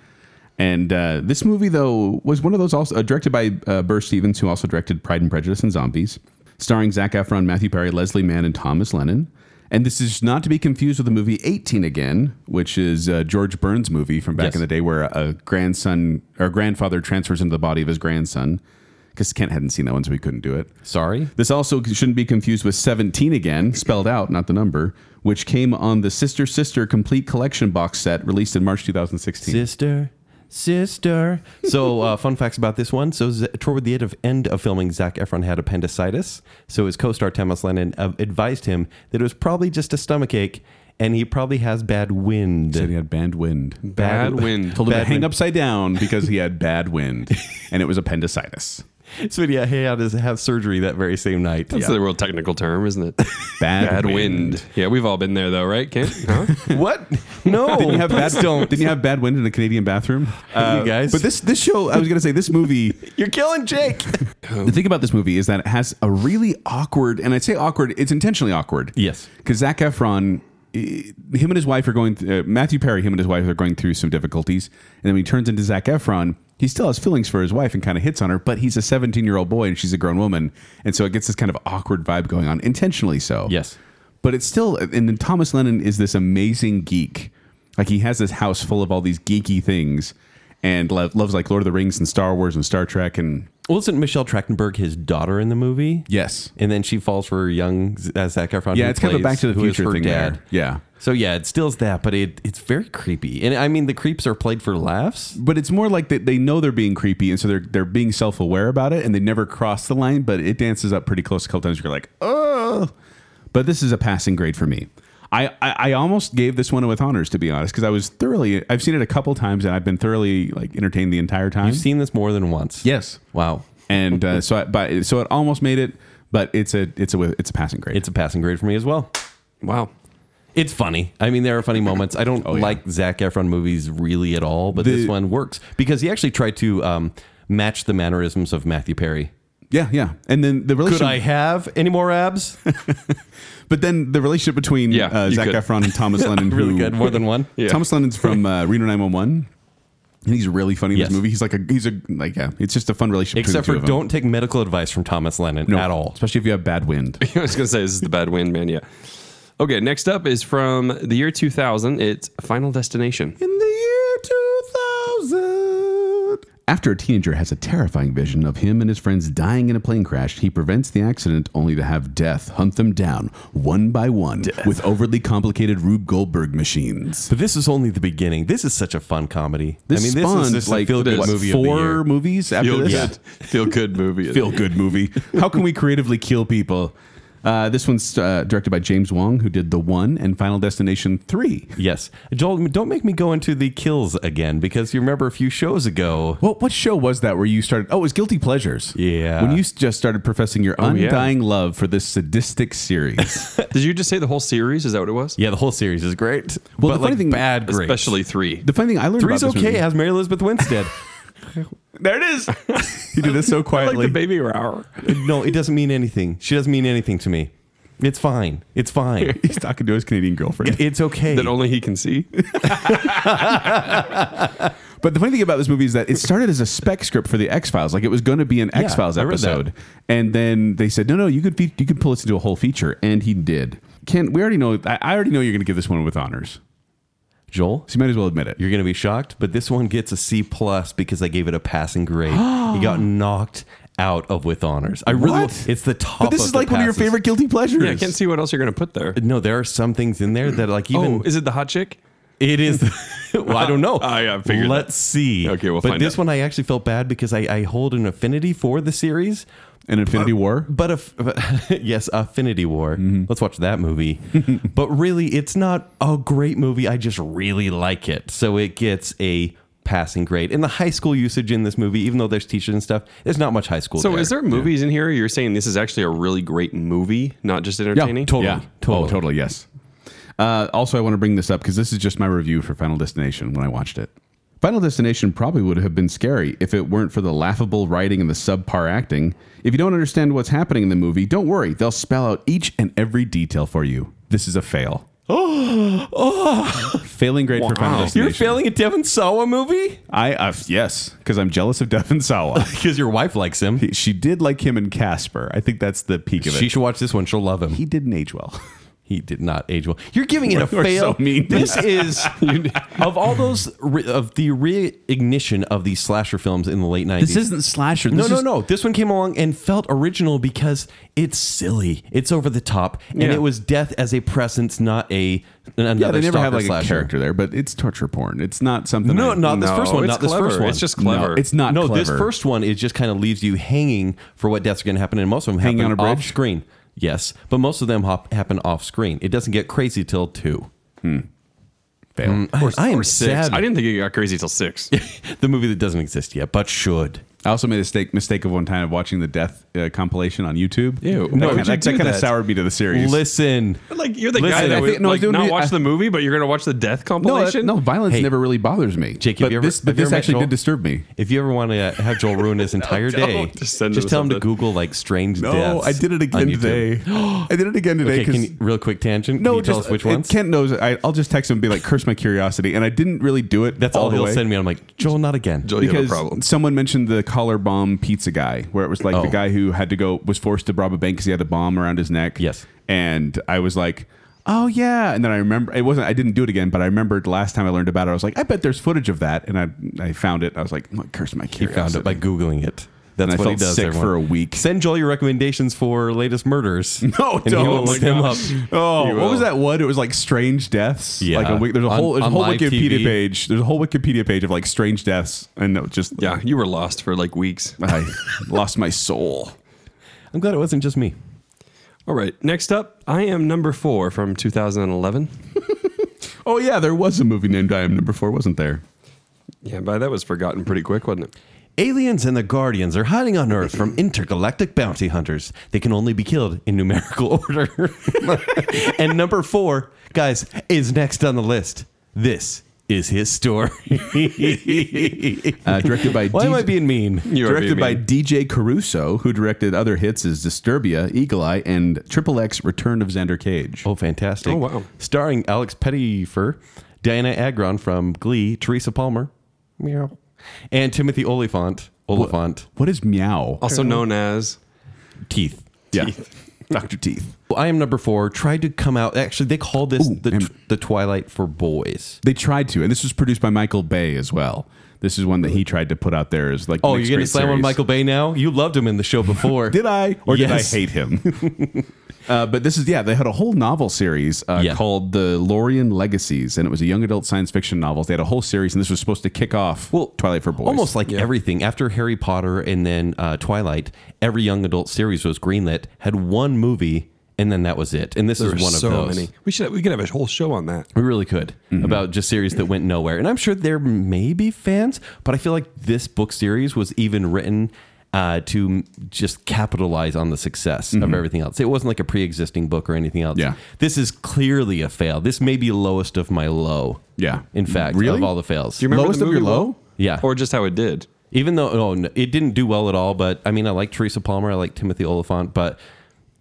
B: And uh, this movie, though, was one of those also uh, directed by uh, Burr Stevens, who also directed Pride and Prejudice and Zombies, starring Zach Efron, Matthew Perry, Leslie Mann, and Thomas Lennon. And this is not to be confused with the movie 18 Again, which is uh, George Burns' movie from back
D: Yes.
B: in the day where a grandson or grandfather transfers into the body of his grandson. Because Kent hadn't seen that one, so he couldn't do it.
D: Sorry.
B: This also shouldn't be confused with 17 again, spelled out, not the number, which came on the Sister Sister Complete Collection box set released in March 2016.
D: Sister, sister. So, uh, fun facts about this one. So, Z- toward the end of, end of filming, Zach Efron had appendicitis. So, his co star, Thomas Lennon, uh, advised him that it was probably just a stomachache and he probably has bad wind.
B: Said he had bad wind.
C: Bad wind.
B: Told him
D: Bad
B: to hang
D: wind.
B: upside down because he had bad
D: (laughs)
B: wind, and it was appendicitis.
D: So, yeah, he had to have surgery that very same night.
C: That's the real technical term, isn't it?
B: Bad,
C: Bad wind. Yeah, we've all been there though, right, Kent? Huh?
D: (laughs) What?
B: (laughs)
D: No.
B: Didn't you have bad
D: Oh, please don't.
B: Didn't you have bad wind in the Canadian bathroom,
D: (laughs)
B: Uh,
D: you guys.
B: But this this show, I was gonna say, this movie.
D: You're
B: (laughs)
D: killing Jake.
B: The thing about this movie is that it has a really awkward, and I say awkward, it's intentionally awkward.
D: Yes.
B: Because Zach Efron, eh, him and his wife are going, th- uh, Matthew Perry, him and his wife are going through some difficulties. And then when he turns into Zach Efron, he still has feelings for his wife and kind of hits on her, but he's a 17 year old boy and she's a grown woman. And so it gets this kind of awkward vibe going on, intentionally so.
D: Yes.
B: But it's still, and then Thomas Lennon is this amazing geek. Like he has this house full of all these geeky things and lo- loves like Lord of the Rings and Star Wars and Star Trek and.
D: Wasn't Michelle Trachtenberg his daughter in the movie?
B: Yes.
D: And then she falls for young Z- uh, Zac Efron.
B: Yeah,
D: who
B: it's kind of a
D: plays-
B: Back to the
D: who is
B: Future
D: her
B: thing
D: dad.
B: there. Yeah.
D: So yeah, it stills that, but it it's very creepy. And I mean, the creeps are played for laughs.
B: But it's more like that they know they're being creepy, and so they're they're being self aware about it, and they never cross the line. But it dances up pretty close a couple times. You're like, oh. But this is a passing grade for me. I, I, I almost gave this one with honors to be honest because I was thoroughly I've seen it a couple times and I've been thoroughly like entertained the entire time.
D: I've seen this more than once.
B: yes,
D: Wow.
B: and uh, so I, but so it almost made it, but it's a it's a it's a passing grade.
D: It's a passing grade for me as well.
C: wow. (laughs)
D: It's funny. I mean, there are funny moments. I don't
B: Oh, yeah.
D: like Zach Efron movies really at all, but
B: The-
D: this one works because he actually tried to um, match the mannerisms of Matthew Perry.
B: yeah, yeah. And then the
D: Could
B: relationship,
D: I have any more abs?
B: but then the relationship between
C: Yeah,
B: uh,
C: you
B: Zach
C: could.
B: Efron and
D: (laughs)
B: Thomas Lennon,
D: (laughs) really
B: who-
D: good. More
B: (laughs)
D: than one.
C: Yeah.
B: Thomas Lennon's from uh, Reno 911. And he's really funny in
D: Yes.
B: this movie. He's like a he's a like yeah. It's just a fun relationship. between
D: Except
B: the two of
D: for
B: them.
D: don't take medical advice from Thomas Lennon
B: No,
D: at all.
B: especially if you have bad wind.
C: I was gonna say this is the bad wind, man. Yeah. Okay. Next up is from the year 2000. It's Final Destination.
B: In the year 2000. After a teenager has a terrifying vision of him and his friends dying in a plane crash, he prevents the accident only to have death hunt them down one by one with overly complicated Rube Goldberg machines.
D: But this is only the beginning. This is such a fun comedy.
B: This
D: I mean,
B: spawned
D: this is
B: like
D: feel good
B: what,
D: movie
B: four
D: of the year.
B: movies after this.
C: Feel good movie.
B: feel good movie. How can we creatively kill people? Uh, this one's uh, directed by James Wong, who did The One and Final Destination 3.
D: Yes, Joel, don't make me go into the kills again because you remember a few shows ago.
B: Well, what show was that where you started? Oh, it was Guilty Pleasures.
D: Yeah.
B: When you s- just started professing your
C: yeah.
B: undying love for this sadistic series.
C: Did you just say the whole series? Is that what it was?
D: Yeah, the whole series is great.
B: Well,
D: but
B: the funny
D: like
B: thing-
C: uh,
D: bad, great.
C: Especially three.
B: the funny thing I learned
D: Three's
B: about this
D: okay.
B: movie-
D: It has Mary
B: (laughs)
D: Elizabeth Winstead.
B: There it is. (laughs) you did this so
C: like
B: quietly.
C: the baby rower.
D: no, it doesn't mean anything. She doesn't mean anything to me. It's fine.
B: (laughs)
D: It's fine.
B: He's talking to his Canadian girlfriend.
D: It's okay.
C: that only he can see.
B: But the funny thing about this movie is that
D: (laughs)
B: it started as a spec script for the X Files. Like it was going to be an X Files
D: I read that.
B: episode, and then they said, "No, no, you could fe- you could pull this into a whole feature," and he did. Ken, we already know. I I already know you're going to give this one with honors,
D: Joel,
B: so you might as well admit it.
D: you're going to be shocked, but this one gets a C plus because I gave it a passing
B: (gasps)
D: grade. he got knocked out of with honors. I really
B: What?
D: it's the top.
B: but this
D: of
B: is
D: the
B: like one of your
D: passes.
B: favorite guilty pleasures.
C: Yeah, I can't see what else you're going to put there.
D: No, there are some things in there that like
C: Oh,
D: even
C: is it the hot chick?
D: It is. (laughs) well, I don't know.
C: (laughs) I, uh, figured that.
D: Let's see.
C: Okay, we'll
D: But
C: find
D: this
C: out.
D: one, I actually felt bad because I, I hold an affinity for the series.
B: An Infinity War.
D: But if, (laughs) yes, Affinity War.
C: Mm-hmm.
D: Let's watch
C: (laughs)
D: that movie. but really, it's not a great movie. I just really like it, so it gets a passing grade. And the high school usage in this movie, even though there's teachers and stuff, there's not much high school.
C: So, is there movies in here? You're saying this is actually a really great movie, not just entertaining.
D: totally.
B: Yeah. Totally. Oh, totally. Yes. Uh, also, I want to bring this up because this is just my review for Final Destination when I watched it. Final Destination probably would have been scary if it weren't for the laughable writing and the subpar acting. If you don't understand what's happening in the movie, don't worry. They'll spell out each and every detail for you. This is a fail. Oh, failing grade for Final Destination.
D: You're failing a Devon Sawa movie (laughs)
B: I uh, yes, because I'm jealous of Devin Sawa.
D: because your wife likes him.
B: she did like him in Casper. I think that's the peak of it.
D: She should watch this one. She'll love him.
B: he didn't age well.
D: He did not age well. You're giving it
B: (laughs)
D: a
B: We're
D: fail.
B: so mean. (laughs)
D: This is of all those re, of the reignition of these slasher films in the late 90s.
G: This isn't slasher.
D: no,
G: This
D: no,
G: is-
D: no. This one came along and felt original because it's silly. It's over the top, and
C: Yeah.
D: it was death as a presence, not a another.
B: yeah, they never have
D: stalker
B: like
D: slasher.
B: a character there, but it's torture porn. It's not something.
D: No,
B: I-
D: not this first one.
C: it's
D: Not this
C: clever.
D: first one.
C: It's just
B: No,
C: clever.
B: it's not.
D: no,
B: clever.
D: this first one is just kind of leaves you hanging for what deaths are going to happen, and most of them
B: Hanging
D: happen
B: on a bridge?
D: off screen. Yes, but most of them hop, happen off screen. It doesn't get crazy till two.
B: fail.
D: I am
C: Or six.
D: sad.
C: I didn't think it got crazy till six.
D: the movie that doesn't exist yet, but should.
B: I also made a mistake mistake of one time of watching the death uh, compilation on YouTube.
C: Ew.
B: no,
C: Why
B: that,
C: would you
B: that,
C: do
B: kind of
C: that?
B: soured me to the series.
D: Listen,
C: like you're the
D: Listen,
C: guy that
D: I
C: would
B: think- no, I was
C: like,
B: doing
C: not
B: the-
C: watch
B: I-
C: the movie, but you're going to watch the death
B: no, that-
C: compilation.
B: no, violence
D: Hey.
B: never really bothers me.
D: Jake, have
B: but
D: you ever-
B: this, but
D: have you
B: this
D: ever met
B: actually
D: Joel?
B: did disturb me.
D: if you ever want to have Joel ruin
B: (laughs)
D: his entire day,
C: don't. Just send him
D: tell him to
C: something.
D: Google like strange
B: No,
D: deaths.
B: I did it
D: on
B: again
D: YouTube.
B: today. I did it again today.
D: Okay,
B: 'cause-
D: can you, real quick tangent.
B: no,
D: can you tell
B: just-
D: us which
B: it-
D: ones?
B: Kent knows. I, I'll just text him and be like, "Curse my curiosity," and I didn't really do it.
D: That's all
B: the
D: he'll
B: way.
D: send me. I'm like, Joel, not again.
C: Joel, you have a
B: because
C: problem.
B: someone mentioned the collar bomb pizza guy, where it was like the
D: Oh.
B: guy who had to go was forced to rob a bank because he had a bomb around his neck.
D: Yes.
B: and I was like, oh yeah, and then I remember it wasn't. I didn't do it again, but I remembered last time I learned about it. I was like, I bet there's footage of that, and I I found it. I was like, "Oh, curse my
D: He
B: curiosity.
D: found it by googling it. That's
B: And I
D: what he
B: felt
D: does.
B: sick
D: everyone.
B: for a week.
D: Send Joel your recommendations for latest
B: (laughs)
D: murders.
B: (laughs) No, don't.
D: and He will
B: Oh my
D: look them up.
B: gosh. Oh,
C: He
B: what
C: will.
B: was that one? It was like strange deaths.
D: Yeah.
B: like a week. There's a
D: On-
B: whole, there's a
D: on
B: whole
D: live
B: Wikipedia
D: TV.
B: page. There's a whole Wikipedia page of like strange deaths, and it just
C: yeah, you were lost for like weeks.
B: I (laughs) lost my soul.
D: I'm glad it wasn't just me.
C: All right, next up, I am number four from 2011.
B: Oh yeah, there was a movie named I Am Number Four, wasn't there?
C: Yeah, by that was forgotten pretty quick, wasn't it?
D: Aliens and the Guardians are hiding on Earth from intergalactic bounty hunters. They can only be killed in numerical (laughs) order. and number four, guys, is next on the list. This is his story. (laughs)
B: Uh, directed by
D: Why am I
B: DJ
D: being mean?
C: You are
B: directed
C: being
B: by
C: mean.
B: DJ Caruso, who directed other hits as Disturbia, Eagle Eye, and Triple X: Return of Xander Cage.
D: Oh, fantastic.
C: Oh, wow.
D: Starring Alex Pettyfer, Diana Agron from Glee, Teresa Palmer, meow, and Timothy Oliphant. Oliphant.
B: What is meow?
C: also known as
D: Teeth.
B: yeah, (laughs) Doctor Teeth.
D: Well, I am number four. Tried to come out. Actually, they called this
B: Ooh,
D: the,
B: and-
D: the Twilight for Boys.
B: They tried to, and this was produced by Michael Bay as well. This is one that he tried to put out there as like.
D: Oh,
B: next
D: you're going
B: great
D: to slam on
B: series.
D: Michael Bay now? You loved him in
C: (laughs)
D: the show before.
B: Did I or
D: Yes.
B: did I hate
D: (laughs)
B: him? uh, but this is yeah. They had a whole novel series uh,
D: Yeah.
B: called The Lorien Legacies, and it was a young adult science fiction novels. They had a whole series, and this was supposed to kick off well, Twilight for Boys.
D: Almost like everything after Harry Potter and then uh, Twilight, every young adult series was greenlit, had one movie, and then that was it. And this
C: there
D: is
C: were
D: one
C: so
D: of those.
C: many. We should we could have a whole show on that.
D: We really could about just series that went nowhere. And I'm sure there may be fans, but I feel like this book series was even written uh, to m- just capitalize on the success of everything else. It wasn't like a pre existing book or anything else.
B: Yeah.
D: This is clearly a fail. This may be lowest of my low.
B: Yeah.
D: In fact,
B: Really?
D: of all the fails.
C: Do you remember
B: Lowest
C: the
B: of your
C: movie
B: low?
C: well?
D: Yeah.
C: or just how it did.
D: Even though oh, no, it didn't do well at all, but I mean, I like Teresa Palmer, I like Timothy Oliphant, but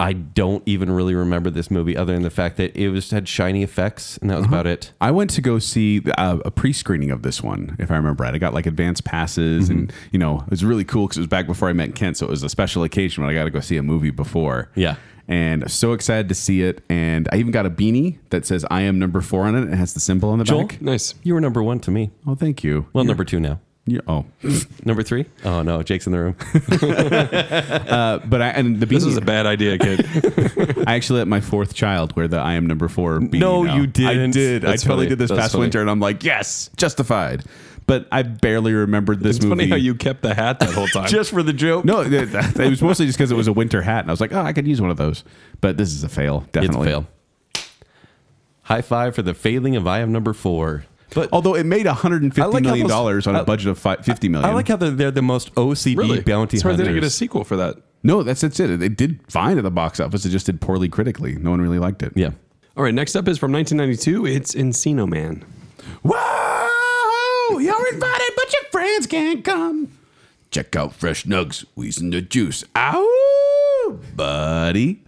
D: I don't even really remember this movie other than the fact that it was had shiny effects and that was about it.
B: I went to go see uh, a pre-screening of this one, if I remember right. I got like advanced passes,
D: Mm-hmm.
B: and you know it was really cool because it was back before I met Kent, so it was a special occasion when I got to go see a movie before.
D: Yeah.
B: and I'm so excited to see it, and I even got a beanie that says "I am number four on it. It has the symbol on the
D: Joel?
B: back.
C: Nice.
D: You were number one to me.
B: Oh, thank you.
D: Well, number two now.
B: Yeah, oh,
D: Number three? Oh no, Jake's in the room. (laughs)
B: but I and the beanie.
C: This is a bad idea,
D: (laughs)
C: kid.
B: I actually let my fourth child wear the I am number four. Beanie
D: No,
B: now.
D: you
B: I
D: didn't.
B: did.
D: That's
B: I totally
D: funny.
B: did this
D: That's
B: past
D: funny.
B: winter, and I'm like, yes, justified. But I barely remembered this
C: It's
B: movie.
C: funny how you kept the hat that whole time.
D: (laughs) Just for the joke.
B: No, th- th- it was mostly just because it was a winter hat, and I was like, oh, I could use one of those. But this is a fail,
D: it's a
B: definitely.
D: fail. High five for the failing of I am number four. But
B: Although it made 150
D: I like
B: million
D: how those-
B: dollars on a
D: I-
B: budget of fi- 50 million.
D: I like how they're, they're the most OCD
C: really
D: bounty
C: That's why
D: hunters.
C: they didn't get a sequel for that.
B: no, that's that's it. It did fine at the box office. It just did poorly critically. No one really liked it.
D: yeah.
C: All right, next up is from 1992. It's Encino Man.
B: Whoa! You're invited, but your friends can't come. Check out fresh nugs, wheezing the juice. Ow, buddy.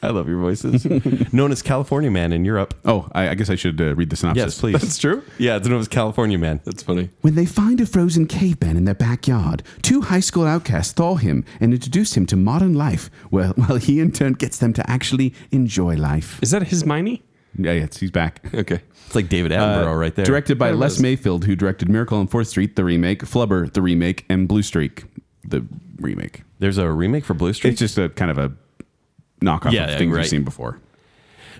D: I love your voices. (laughs) Known as California Man in Europe.
B: Oh, I, I guess I should uh, read the synopsis.
D: Yes, please.
C: true.
D: Yeah, it's known as California Man.
C: That's funny.
F: When they find a frozen caveman in their backyard, two high school outcasts thaw him and introduce him to modern life, well, (laughs) while he in turn gets them to actually enjoy life.
C: Is that his Miney?
B: Yeah, yeah, it's- he's (laughs) back.
C: Okay.
D: It's like David Attenborough
B: Uh,
D: right there.
B: Directed by
C: There it
B: Les
C: is.
B: Mayfield, who directed Miracle on Fourth Street, the remake, Flubber, the remake, and Blue Streak, the remake.
D: There's a remake for Blue Street.
B: It's just a kind of a knockoff
D: Yeah,
B: of
D: yeah,
B: things
D: right.
B: we've seen before.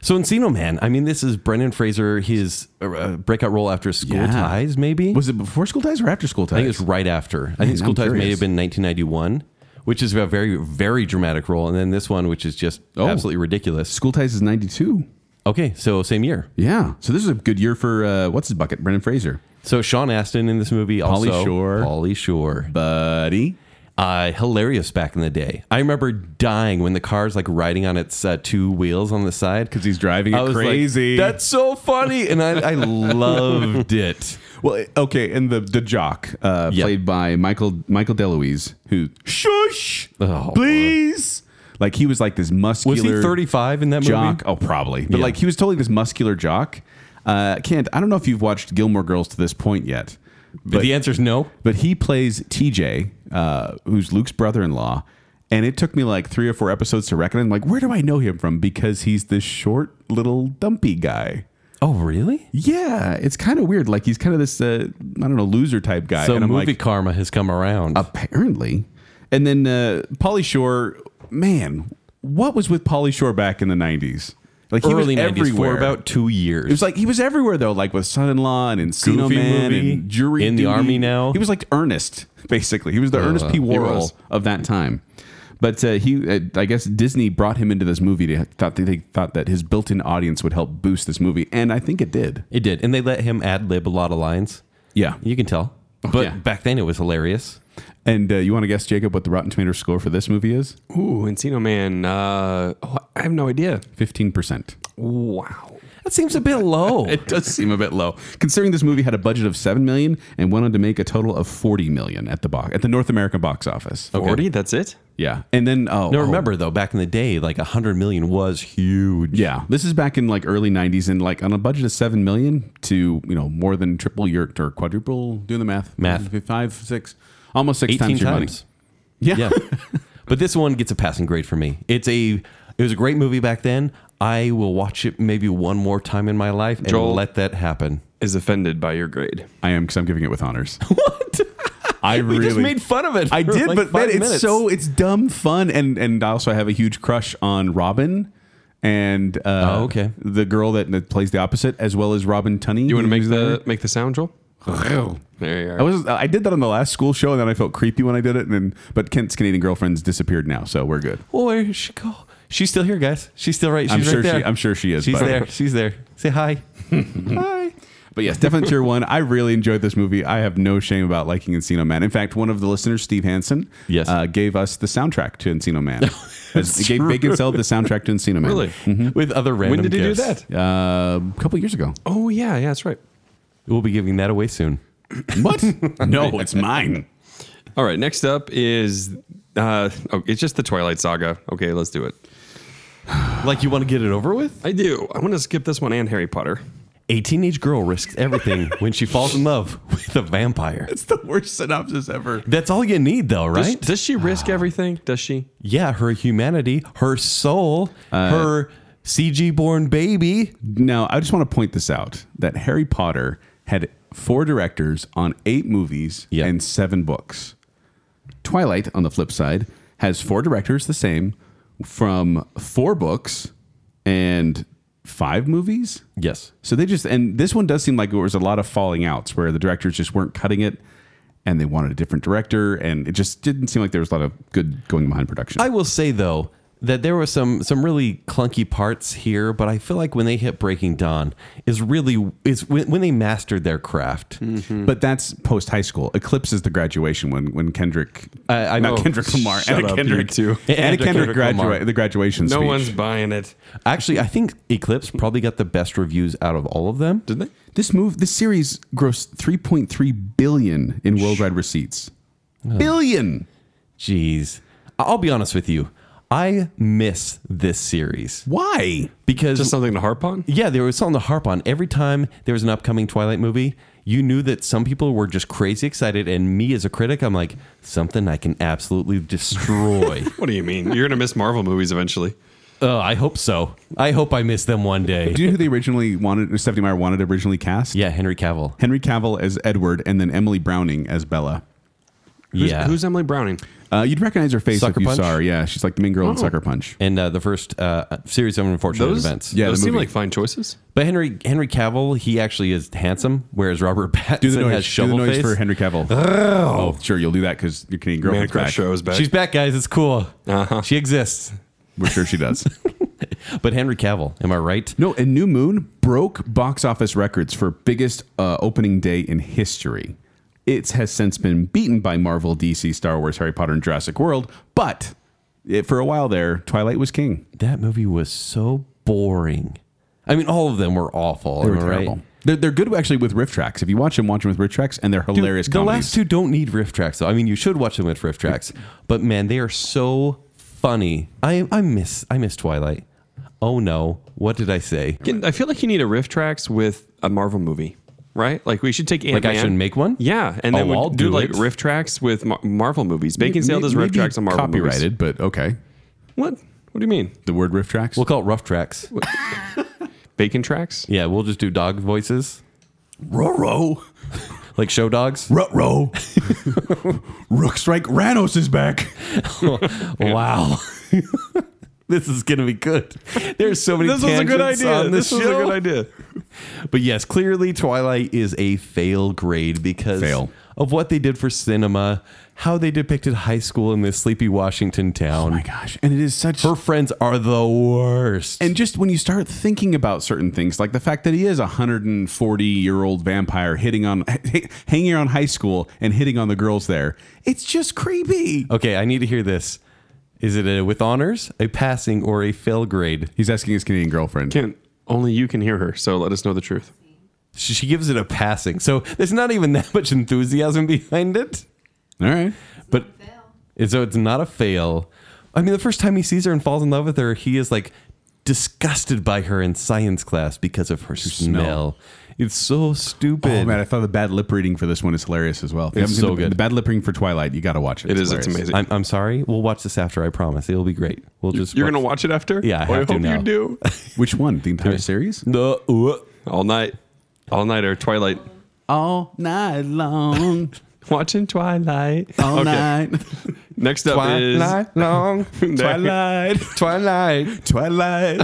D: so Encino Man. I mean, this is Brendan Fraser. His uh, breakout role after School
B: Yeah.
D: Ties, maybe.
B: Was it before School Ties or after School Ties?
D: I think it's right after. I think School
B: I'm
D: Ties may
B: curious.
D: have been 1991, which is a very very dramatic role, and then this one, which is just
B: Oh.
D: absolutely ridiculous.
B: School Ties is '92.
D: Okay, so same year.
B: Yeah, so this is a good year for uh, what's his bucket, Brendan Fraser,
D: So Sean Astin in this movie
B: Pauly
D: also.
B: Shore.
D: Pauly Shore.
B: buddy.
D: Uh, hilarious back in the day. I remember dying when the car's like riding on its uh, two wheels on the side
B: 'Cause he's driving
D: I
B: it
D: was like,
B: crazy.
D: That's so funny, and I, I loved it.
B: Well, okay, and the the jock uh,
D: Yeah.
B: played by Michael Michael DeLuise, who (laughs) shush,
D: Oh,
B: please. Like he was like this muscular.
D: Was he 35 in that movie?
B: jock. Oh, probably. But
D: Yeah.
B: like he was totally this muscular jock. Uh, Kent, I don't know if you've watched Gilmore Girls to this point yet, but
D: the answer's no.
B: but he plays TJ, uh, who's Luke's brother-in-law, and it took me like three or four episodes to reckon. I'm like, where do I know him from? Because he's this short, little, dumpy guy.
D: Oh, really?
B: Yeah, it's kind of weird. Like he's kind of this uh, I don't know loser type guy.
D: So
B: and I'm
D: movie
B: like, Uh,
D: karma has come around.
B: apparently. And then uh, Polly Shore, man, what was with Polly Shore back in the '90s? Like he
D: Early
B: was
D: 90s for
B: everywhere.
D: about two years.
B: It was like he was everywhere though, like with Son-in-Law and Encino
D: Goofy
B: Man
D: movie.
B: and Jury
D: In the
B: Duty.
D: Army Now.
B: He was like Ernest, basically. He was the Ernest P.
D: he
B: Worrell
D: was.
B: of that time. But uh, he, uh, I guess Disney brought him into this movie. They thought they, they thought that his built-in audience would help boost this movie, and I think it did.
D: It did, and they let him ad lib a lot of lines.
B: Yeah.
D: You can tell, but
B: yeah.
D: back then it was hilarious.
B: And uh, you want to guess, Jacob, what the Rotten Tomatoes score for this movie is?
C: Ooh, Encino Man. Uh, oh, I have no idea.
B: Fifteen percent.
C: Wow.
D: That seems a bit (laughs) low.
B: It does seem a bit low, considering this movie had a budget of seven million and went on to make a total of forty million at the box at the North American box office.
C: 40, that's it?
B: Yeah, and then oh,
D: now
B: oh,
D: Oh. remember though, back in the day, like a hundred million was huge.
B: Yeah, this is back in like early '90s, and like on a budget of seven million to you know more than triple your or quadruple. Do the math.
D: Math.
B: Five, six, almost six
D: eighteen
B: times, your money.
D: times.
B: Yeah.
D: Yeah, (laughs) but this one gets a passing grade for me. It's a it was a great movie back then. I will watch it maybe one more time in my life and
C: Joel.
D: let that happen.
C: Is offended by your grade.
B: (laughs) I am because I'm giving it with honors.
D: (laughs)
B: what? (laughs) I
D: We
B: really
D: just made fun of
B: (laughs)
D: it.
B: I
D: for
B: did,
D: like
B: but
D: five
B: then it's
D: minutes.
B: so it's dumb fun, and and I also have a huge crush on Robin. And uh,
D: Oh, okay.
B: the girl that, that plays the opposite, as well as Robin Tunney.
C: You want to make
B: who's
C: the make the sound, Joel?
B: there.
C: There you are.
B: I was I did that on the last school show, and then I felt creepy when I did it. And then, but Kent's Canadian girlfriend's disappeared now, so we're good.
D: Oh, where did she go? She's still here, guys. She's still right. She's
B: I'm
D: right
B: sure
D: there.
B: she- I'm sure she is,
D: She's
B: but-
D: there. She's there. Say hi. (laughs) hi.
B: But yes, definitely tier one. I really enjoyed this movie. I have no shame about liking Encino Man. In fact, one of the listeners, Steve Hansen,
D: Yes.
B: uh, gave us the soundtrack to Encino Man. As- gave Bacon Cell the soundtrack to Encino Man. Mm-hmm.
C: Really?
D: With other
C: When
D: random.
C: did he do
D: gifts.
C: that?
B: Uh, a couple years ago.
C: Oh, yeah, yeah, that's right.
D: We'll be
B: (laughs)
D: giving that away soon.
B: What? no, it's mine.
C: All right, next up is Uh, oh, it's just the Twilight Saga. Okay, let's do it.
D: Like you want to get it over with?
C: I do. I want to skip this one and Harry Potter.
D: A teenage girl risks everything when she falls in love with a vampire.
B: It's the worst synopsis ever.
D: That's all you need, though,
C: Does,
D: right?
C: does she risk everything? Does she?
D: yeah, her humanity, her soul, her CG born baby.
B: Now, I just want to point this out that Harry Potter had four directors on eight movies
D: Yeah.
B: and seven books. Twilight, on the flip side, has four directors the same from four books and five movies.
D: Yes.
B: So they just, and this one does seem like there was a lot of falling outs where the directors just weren't cutting it and they wanted a different director. And it just didn't seem like there was a lot of good going behind production.
D: I will say though that there were some some really clunky parts here, but I feel like when they hit Breaking Dawn is really is when, when they mastered their craft.
B: But that's post high school. Eclipse is the graduation when when Kendrick,
D: I- I-
B: not
D: oh,
B: Kendrick
D: (laughs)
B: Lamar,
C: shut
B: Anna
C: up, you
B: Kendrick
C: two.
B: Anna
D: Anna
B: Kendrick,
D: Kendrick Lamar.
B: graduate the graduation.
C: No
B: speech.
C: one's buying it.
D: Actually, I think Eclipse probably got the best reviews out of all of them.
C: Did they?
B: This move, this series grossed 3.3 billion in worldwide receipts. Billion.
D: Jeez, I'll be honest with you, I miss this series
B: Why?
D: because
C: Just something to harp on?
D: Yeah, there was something to harp on. Every time there was an upcoming Twilight movie, you knew that some people were just crazy excited, and me as a critic, I'm like, something I can absolutely destroy.
C: What do you mean? You're gonna miss Marvel movies eventually.
D: (laughs) oh, I hope so. I hope I miss them one day.
B: Do you know who they originally wanted? or Stephanie Meyer wanted to originally cast.
D: Yeah, Henry Cavill.
B: Henry Cavill as Edward, and then Emily Browning as Bella.
C: Who's,
D: yeah,
C: Who's Emily Browning?
B: Uh, you'd recognize her face if
D: Sucker
B: you
D: Punch?
B: saw her. Yeah, she's like the main girl in
C: Oh.
B: Sucker Punch.
D: and uh, the first uh, series of unfortunate
C: Those
D: events.
B: Yeah,
C: those
B: the
C: seem
B: movie.
C: like fine choices.
D: but Henry Henry Cavill, he actually is handsome, whereas Robert Pattinson
B: Do the noise,
D: has
B: do the
D: shovel
B: noise
D: face.
B: for Henry Cavill. Oh, sure, you'll do that because your Canadian
C: Man
B: girlfriend's
C: Crush
B: back.
C: show is back.
D: She's back, guys. It's cool.
C: Uh-huh.
D: She exists.
B: We're sure she does.
D: But Henry Cavill, am I right?
B: (laughs) no, and New Moon broke box office records for biggest uh, opening day in history. It has since been beaten by Marvel, DC, Star Wars, Harry Potter, and Jurassic World, but it, for a while there, Twilight was king.
D: That movie was so boring. I mean, all of them were awful.
B: They were
D: am I right?
B: terrible. They're, they're good actually with riff tracks. If you watch them, watch them with riff tracks, and they're
D: Dude,
B: hilarious.
D: the
B: comedies.
D: last two don't need riff tracks, though. I mean, you should watch them with riff tracks, but man, they are so funny. I I miss I miss Twilight. Oh no, what did I say?
C: Can- I feel like you need a riff tracks with a Marvel movie, right? Like we should take Ant-Man.
D: Like I should make one?
C: Yeah, and then
D: Oh,
C: we
D: I'll
C: do,
D: do
C: like
D: it.
C: riff tracks with Mar- Marvel movies. Bacon Sale does riff
B: Maybe
C: tracks on Marvel movies.
B: copyrighted, but okay.
C: What? What do you mean?
B: The word riff tracks.
D: We'll call it rough tracks.
C: Bacon tracks?
D: Yeah, we'll just do dog voices,
B: row row
D: like show (laughs) dogs.
B: rut row. Rook strike. Ranos is back.
D: Wow. (laughs) This is gonna be good. There's so many.
C: This was a good
D: tangents
C: idea.
D: on
C: This was a
D: show.
C: good idea.
D: But yes, clearly Twilight is a fail grade because
B: Fail.
D: of what they did for cinema, how they depicted high school in this sleepy Washington town.
B: My gosh, and it is such.
D: Her friends are the worst.
B: and just when you start thinking about certain things, like the fact that he is a 140 year old vampire hitting on, (laughs) hanging around high school and hitting on the girls there, it's just creepy.
D: okay, I need to hear this. Is it a with honors, a passing, or a fail grade?
B: He's asking his Canadian girlfriend.
C: Can't only you can hear her, so let us know the truth.
D: She she gives it a passing. So there's not even that much enthusiasm behind it.
B: All right.
D: But so it's not a fail. I mean, the first time he sees her and falls in love with her, he is like disgusted by her in science class because of her smell. It's so stupid.
B: Oh man, I thought the bad lip reading for this one is hilarious as well. If you
D: It's
B: haven't seen
D: so
B: the,
D: good.
B: The bad lip reading for Twilight, you got to watch it.
C: It is. It's
B: hilarious.
C: amazing.
D: I'm, I'm sorry. We'll watch this after. I promise. It'll be great. We'll just.
C: You're gonna watch it after?
D: Yeah, I
C: Well,
D: have to
C: hope
D: now.
C: you
D: (laughs)
C: do.
B: Which one? The entire series?
D: No. uh,
C: All night, all night or Twilight.
B: All night long.
C: Watching Twilight.
B: All night. (laughs)
C: Next up is
D: (laughs)
C: (laughs)
D: Twilight long.
C: Twilight.
D: (laughs) Twilight.
B: Twilight.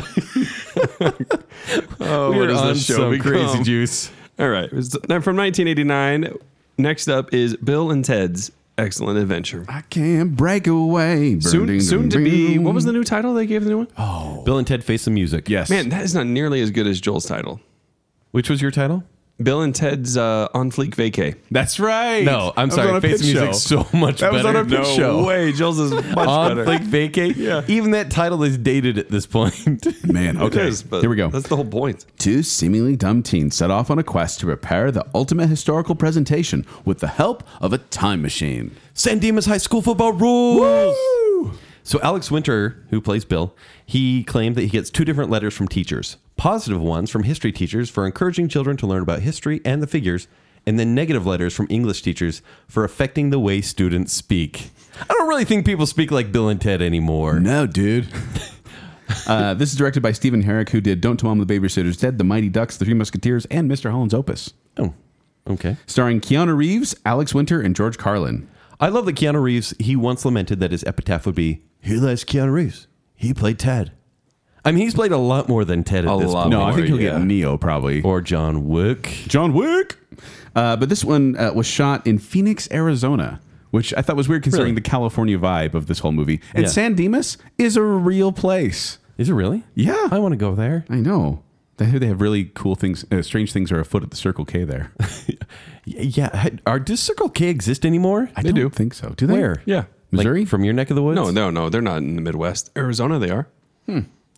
C: Oh,
D: We're
C: what is
D: on
C: this show?
D: some
C: become?
D: crazy juice.
C: All right. It was now From 1989, next up is Bill and Ted's Excellent Adventure.
B: I can't break away.
C: Soon, soon to be, what was the new title they gave the new one?
D: Bill and Ted Face the Music.
B: Yes.
C: Man, that is not nearly as good as Joel's title.
D: Which was your title?
C: Bill and Ted's uh, on fleek vacay.
B: That's right.
D: No, I'm
B: That was on
D: sorry.
B: a
D: Face
B: pit
D: music's
B: show.
D: so much
B: That
D: better.
B: was on our pit
D: no
B: show.
D: way.
C: Way, Joel's (laughs) is much
D: On
C: better.
D: Flick
C: (laughs)
D: Vacate?
C: Yeah.
D: Even that title is dated at this point. (laughs)
B: Man,
C: It
B: okay.
C: is, but
B: Here we go.
C: That's the whole point.
B: Two seemingly dumb teens set off on a quest to prepare the ultimate historical presentation with the help of a time machine.
D: San Dimas High School football rules. So Alex Winter, who plays Bill, he claimed that he gets two different letters from teachers. Positive ones from history teachers for encouraging children to learn about history and the figures, and then negative letters from English teachers for affecting the way students speak. I don't really think people speak like Bill and Ted anymore.
B: No,
D: (laughs)
B: dude. uh, this is directed by Stephen Herrick, who did Don't Tell Mom the Babysitter's Dead, The Mighty Ducks, The Three Musketeers, and Mr. Holland's Opus.
D: Oh, okay.
B: Starring Keanu Reeves, Alex Winter, and George Carlin.
D: I love that Keanu Reeves, he once lamented that his epitaph would be, Here lies Keanu Reeves. He played Ted. I mean, he's played a lot more than Ted at
C: A
D: this
C: lot
D: point.
C: No, I more. think he'll get
B: Neo, probably.
D: Or John Wick.
B: John Wick. Uh, but this one uh, was shot in Phoenix, Arizona, which I thought was weird considering
D: Really?
B: the California vibe of this whole movie. And
D: Yeah.
B: San Dimas is a real place.
D: Is it really?
B: Yeah.
D: I want to go there.
B: I know. They they have really cool things. Uh, strange things are afoot at the Circle K
D: (laughs)
B: there.
D: Yeah. had- Are, does Circle K exist anymore?
B: I don't think so. Do they?
D: Where?
C: Yeah.
D: Like,
B: Missouri?
D: from your neck of the woods?
C: No, no, no. They're not in the Midwest. Arizona, they are.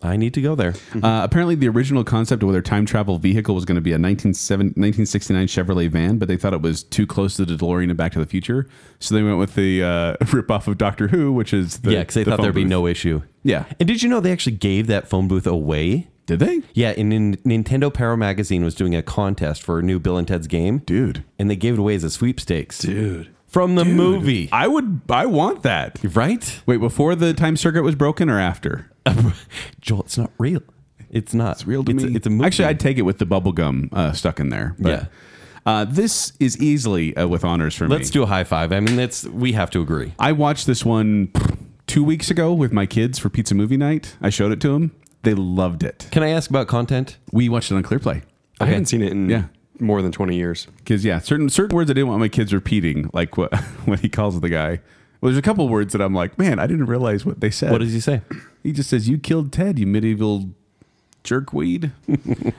D: I need to go there.
B: Uh, apparently, the original concept of their time travel vehicle was going to be a 1970 1969 Chevrolet van, but they thought it was too close to the DeLorean and Back to the Future. So they went with the uh, (laughs) ripoff of Doctor Who, which is the.
D: yeah, because they
B: the
D: thought
B: phone
D: there'd be
B: booth.
D: no issue.
B: Yeah.
D: And did you know they actually gave that phone booth away?
B: Did they?
D: Yeah, and in Nintendo Power Magazine was doing a contest for a new Bill and Ted's game.
B: Dude.
D: And they gave it away as a sweepstakes. Dude. From the movie.
B: I would. I want that.
D: right?
B: Wait, before the time circuit was broken or after?
D: (laughs) Joel, it's not real. It's not. It's it's A, it's a movie.
B: Actually, I'd take it with the bubble gum uh, stuck in there. But,
D: Yeah.
B: Uh, this is easily uh, with honors for me.
D: Let's do a high five. I mean, that's we have to agree.
B: I watched this one pff, two weeks ago with my kids for pizza movie night. I showed it to them. They loved it.
D: Can I ask about content?
B: We watched it on ClearPlay.
C: I haven't seen it in
B: Yeah.
C: more than 20 years.
B: Because yeah, certain certain words I didn't want my kids repeating, like what (laughs) when he calls the guy. Well, there's a couple words that I'm like, man, I didn't realize what they said.
D: What does he say?
B: He just says, "You killed Ted, you medieval jerkweed."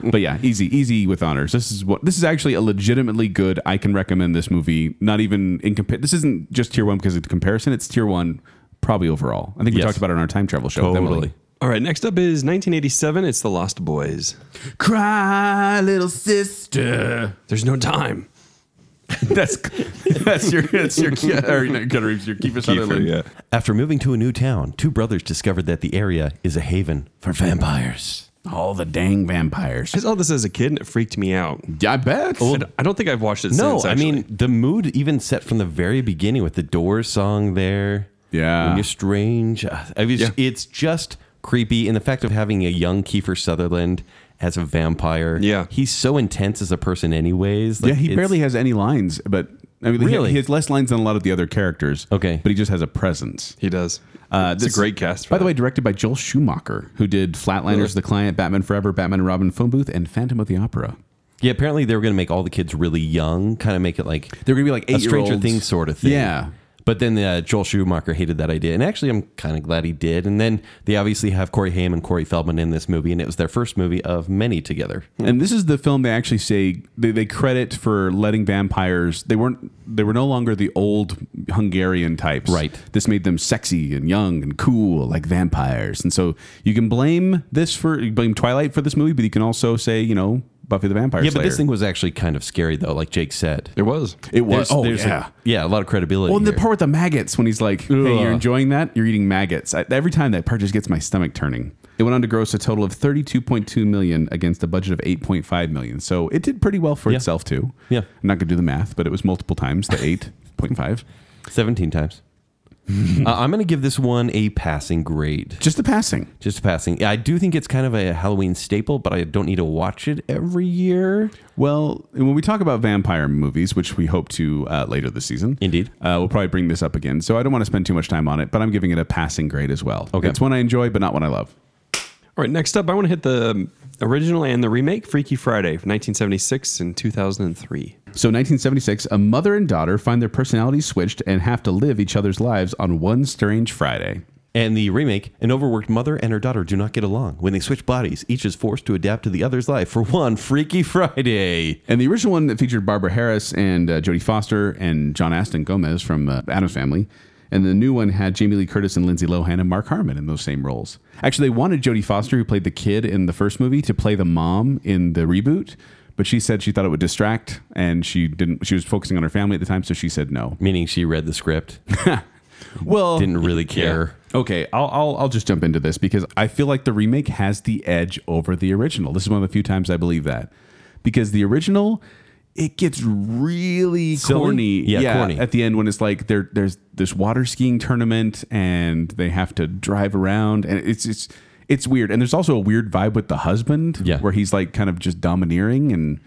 B: (laughs) but yeah, easy, easy with honors. This is what this is actually a legitimately good. I can recommend this movie. Not even in compa- This isn't just tier one because of the comparison. It's tier one probably overall. I think we
D: Yes.
B: talked about it on our time travel show. with Emily.
C: All right, next up is 1987. It's The Lost Boys.
B: Cry, little sister.
C: There's no (laughs) time.
B: That's (laughs)
C: (laughs)
B: that's your that's your (laughs) or not Keanu Reeves, your Kiefer Sutherland.
C: yeah.
D: After moving to a new town, two brothers discovered that the area is a haven for vampires.
B: All the dang vampires.
C: I saw this as a kid and it freaked me out.
B: I bet.
C: I d- I don't think I've watched it
D: No,
C: since.
D: I
C: actually.
D: mean the mood even set from the very beginning with the Doors song there.
B: Yeah.
D: when you're strange, uh, I mean, it's- it's just creepy. And the fact of having a young Kiefer Sutherland as a vampire,
C: Yeah.
D: he's so intense as a person, anyways.
B: yeah,
D: Like,
B: he
D: it's-
B: barely has any lines, but I mean, he-
D: Really?
B: he, has less lines than a lot of the other characters.
D: Okay.
B: but he just has a presence.
C: he does.
B: Uh,
C: it's
B: this-
C: a great cast. for
B: By the
C: that.
B: way, directed by Joel Schumacher, who did Flatliners, The Client, Batman Forever, Batman and Robin, Phone Booth, and Phantom of the Opera.
D: Yeah, apparently they were going to make all the kids really young, kind of make it like
B: They're going to be like
D: a
B: eight
D: Stranger Things sort of thing.
B: Yeah.
D: But then uh, Joel Schumacher hated that idea, and actually I'm kind of glad he did. And then they obviously have Corey Haim and Corey Feldman in this movie, and it was their first movie of many together.
B: And this is the film they actually say they, they credit for letting vampires. They weren't. They were no longer the old Hungarian types.
D: Right.
B: This made them sexy and young and cool like vampires. And so you can blame this for you blame Twilight for this movie, but you can also say you know Buffy the Vampire
D: Yeah,
B: Slayer.
D: but this thing was actually kind of scary though, like Jake said.
C: it was.
B: it was.
D: There's-
B: oh
D: there's, like,
B: yeah.
D: yeah, a lot of credibility.
B: well, and the
D: here.
B: part with the maggots when he's like, "Hey, you're
D: Ugh.
B: enjoying that? You're eating maggots." I, every time that part just gets my stomach turning. It went on to gross a total of 32.2 million against a budget of 8.5 million, so it did pretty well for
D: Yeah.
B: itself too.
D: Yeah.
B: I'm not gonna do the math, but it was multiple times the
D: (laughs)
B: 8.5. (laughs)
D: 17 times. uh, I'm going to give this one a passing grade.
B: Just the passing.
D: Just a passing. I do think it's kind of a Halloween staple, but I don't need to watch it every year.
B: Well, when we talk about vampire movies, which we hope to uh, later this season,
D: Indeed.
B: uh, we'll probably bring this up again. So I don't want to spend too much time on it, but I'm giving it a passing grade as well.
D: Okay.
B: it's one I enjoy, but not one I love.
C: All right, next up, I want to hit the um, original and the remake Freaky Friday from 1976 and 2003.
B: So, 1976, a mother and daughter find their personalities switched and have to live each other's lives on one strange Friday.
D: And the remake, an overworked mother and her daughter do not get along. When they switch bodies, each is forced to adapt to the other's life for one Freaky Friday.
B: And the original one that featured Barbara Harris and uh, Jodie Foster and John Aston Gomez from uh, Adam's Family. And the new one had Jamie Lee Curtis and Lindsay Lohan and Mark Harmon in those same roles. Actually, they wanted Jodie Foster, who played the kid in the first movie, to play the mom in the reboot, but she said she thought it would distract, and she didn't. She was focusing on her family at the time, so she said no.
D: Meaning she read
C: (laughs)
D: the script,
B: Well,
D: didn't really care.
B: Okay, I'll, I'll I'll just jump into this because I feel like the remake has the edge over the original. This is one of the few times I believe that because the original it gets really
D: Silly?
B: corny.
D: Yeah, corny.
B: At the end when it's like there there's this water skiing tournament and they have to drive around and it's it's it's weird. And there's also a weird vibe with the husband
D: Yeah.
B: where he's like kind of just domineering and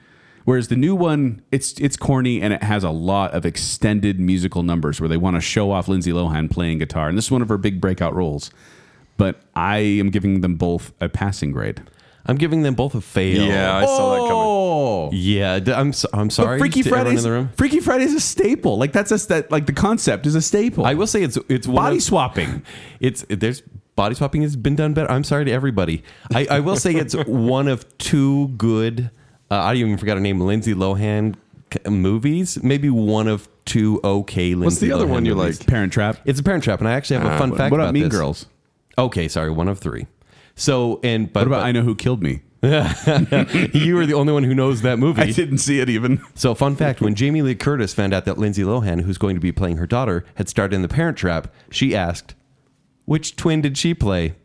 B: whereas the new one it's it's corny and it has a lot of extended musical numbers where they want to show off Lindsay Lohan playing guitar and this is one of her big breakout roles. But I am giving them both a passing grade.
D: I'm giving them both a fail.
C: Yeah, I saw that coming.
B: Oh.
D: Yeah, d- I'm, so, I'm sorry.
B: But Freaky
D: to everyone
B: Fridays,
D: in the room.
B: Freaky Fridays is a staple. Like that's us that like the concept is a staple.
D: I will say it's it's one
B: body
D: of-
B: swapping.
D: It's there's body swapping has been done better. I'm sorry to everybody. I, I will say
B: (laughs)
D: it's one of two good. Uh, I even forgot her name. Lindsay Lohan c- movies. Maybe one of two okay. Lindsay
C: What's the other
D: Lohan
C: one you
D: movies.
C: like?
B: Parent Trap.
D: It's a Parent Trap, and I actually have a fun
B: what,
D: fact
B: what about,
D: about
B: Mean
D: this.
B: Girls?
D: Okay, sorry, one of three. So and but,
B: What about
D: but
B: I Know Who Killed Me?
D: (laughs) you are the only one who knows that
B: (laughs)
D: movie.
B: I didn't see it (laughs) even.
D: So, fun fact when Jamie Lee Curtis found out that Lindsay Lohan, who's going to be playing her daughter, had starred in The Parent Trap, she asked, Which twin did she play?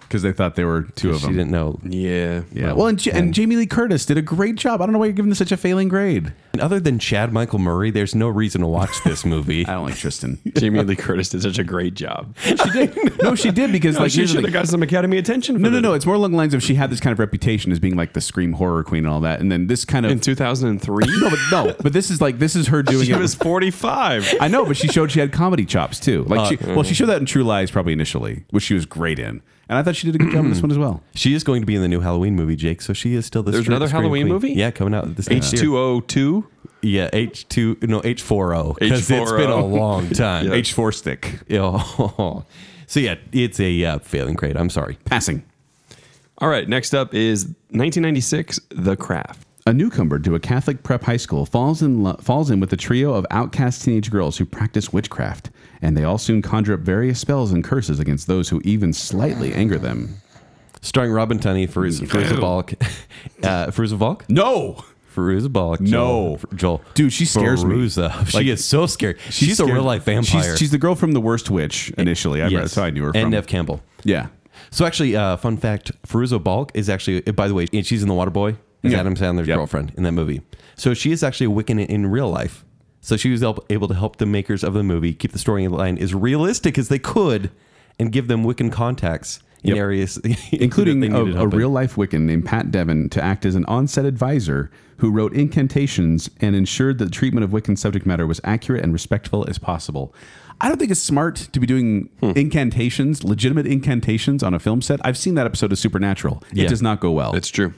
B: Because they thought there were two of
D: She
B: them.
D: didn't know.
C: Yeah.
B: Yeah. Well, and, J- and Jamie Lee Curtis did a great job. I don't know why you're giving this such a failing grade.
D: And other than Chad Michael Murray, there's no reason to watch
B: (laughs)
D: this movie.
B: I don't like Tristan.
C: (laughs) Jamie Lee Curtis did such a great (laughs) job.
B: she did. (laughs) No, she did because like
C: she
B: here's the
C: should have
B: thing.
C: got some Academy attention. For
B: No, no,
C: this.
B: no. It's more along the lines of she had this kind of reputation as being like the scream horror queen and all that, and then this kind of
C: In 2003,
B: (laughs) no, but no, but this is like this is her doing
C: (laughs) she
B: it.
C: was (laughs) 45.
B: (laughs) I know, but she showed she had comedy chops too. Like, she, well, she showed that in True Lies probably initially, which she was great in, and I thought she did a good job (clears throat) in this one as well.
D: She is going to be in the new Halloween movie, Jake, so she is still the
C: There's
D: screen-
C: another
D: screen
C: Halloween
D: queen.
C: movie?
D: Yeah, coming out this next year.
C: H202.
D: Yeah, H2, no, H40. Because it's been a
C: H40.
B: (laughs)
D: long time.
C: Yeah.
B: H four stick
D: Oh. (laughs) So, yeah, it's a uh, failing grade. I'm sorry.
B: passing.
C: All right, next up is 1996, The Craft.
B: A newcomer to a Catholic prep high school falls in lo- falls in with a trio of outcast teenage girls who practice witchcraft, and they all soon conjure up various spells and curses against those who even slightly anger them.
D: Starring Robin
B: (laughs)
D: Tunney, Firuza Firuza Balk. (laughs) Uh, Firuza Balk?
B: No,
D: Firuza Balk.
B: No.
D: Joel. Joel.
B: Dude, she scares me.
D: Firuza. She
B: Like,
D: is so scary. She's, a real life vampire.
B: She's, she's the girl from The Worst Witch initially. I
D: Yes.
B: read, that's how I knew her.
D: And
B: from.
D: Nev Campbell.
B: yeah,
D: So actually, uh, fun fact: Firuza Balk is actually, uh, by the way, and she's in The Waterboy. Is
B: Yeah.
D: Adam Sandler's
B: Yep.
D: girlfriend in that movie? So she is actually a Wiccan in real life. So she was el- able to help the makers of the movie keep the storyline as realistic as they could, and give them Wiccan contacts in
B: Yep.
D: areas, (laughs)
B: including
D: that they
B: a,
D: needed
B: a
D: help in.
B: real life Wiccan named Pat Devon to act as an on-set advisor who wrote incantations and ensured that the treatment of Wiccan subject matter was accurate and respectful as possible. I don't think it's smart to be doing
D: Hmm.
B: incantations, legitimate incantations on a film set. I've seen that episode of Supernatural. It
D: Yeah.
B: does not go well.
C: It's true.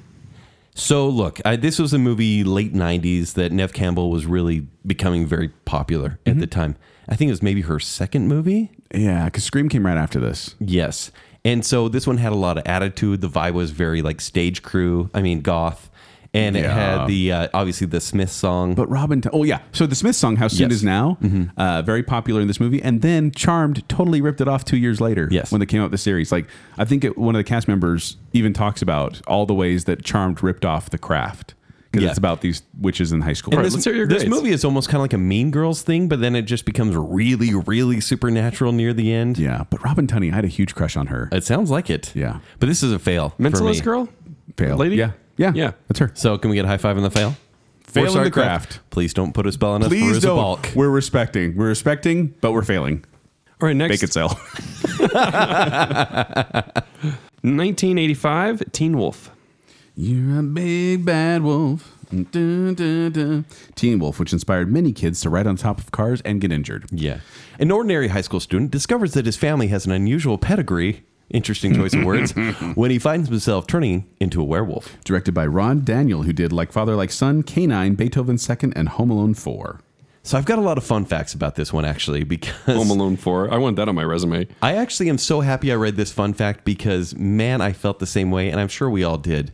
D: So look, I, this was a movie late '90s that Nev Campbell was really becoming very popular at
B: Mm-hmm.
D: the time. I think it was maybe her second movie.
B: yeah, because Scream came right after this.
D: Yes. And so this one had a lot of attitude. The vibe was very like stage crew, I mean, goth. And it
B: Yeah.
D: had the uh, obviously the Smith song.
B: But Robin, oh yeah. So the Smith song, "How Soon
D: Yes. Mm-hmm.
B: Is Now," uh, very popular in this movie, and then Charmed totally ripped it off two years later.
D: Yes.
B: when they came out with the series, like I think it, one of the cast members even talks about all the ways that Charmed ripped off The Craft because
D: Yeah.
B: it's about these witches in high school.
D: And
C: right, let's hear your
D: this
C: grades.
D: movie is almost kind of like a Mean Girls thing, but then it just becomes really, really supernatural near the end.
B: yeah, but Robin Tunney, I had a huge crush on her.
D: It sounds like it.
B: Yeah.
D: But this is a fail. for me.
C: Mentalist girl?
B: Fail.
C: Lady?
B: Yeah, yeah,
C: Yeah.
B: That's her.
D: So can we get a high five on the fail?
B: Fail in
D: Four-star
B: the craft.
D: Please don't put a spell on us. Please do Balk.
B: We're respecting. We're respecting, but we're failing.
C: All right, next.
B: Make it sell. (laughs)
C: 1985, Teen Wolf.
B: You're a big bad wolf. Dun, dun, dun. Teen Wolf, which inspired many kids to ride on top of cars and get injured.
D: Yeah. An ordinary high school student discovers that his family has an unusual pedigree, interesting choice
B: (laughs)
D: of words, when he finds himself turning into a werewolf.
B: Directed by Ron Daniel, who did Like Father Like Son, Canine, Beethoven's Second, and Home Alone Four.
D: So I've got a lot of fun facts about this one actually because
C: Home Alone 4. I want that on my resume.
D: I actually am so happy I read this fun fact because, man, I felt the same way, and I'm sure we all did.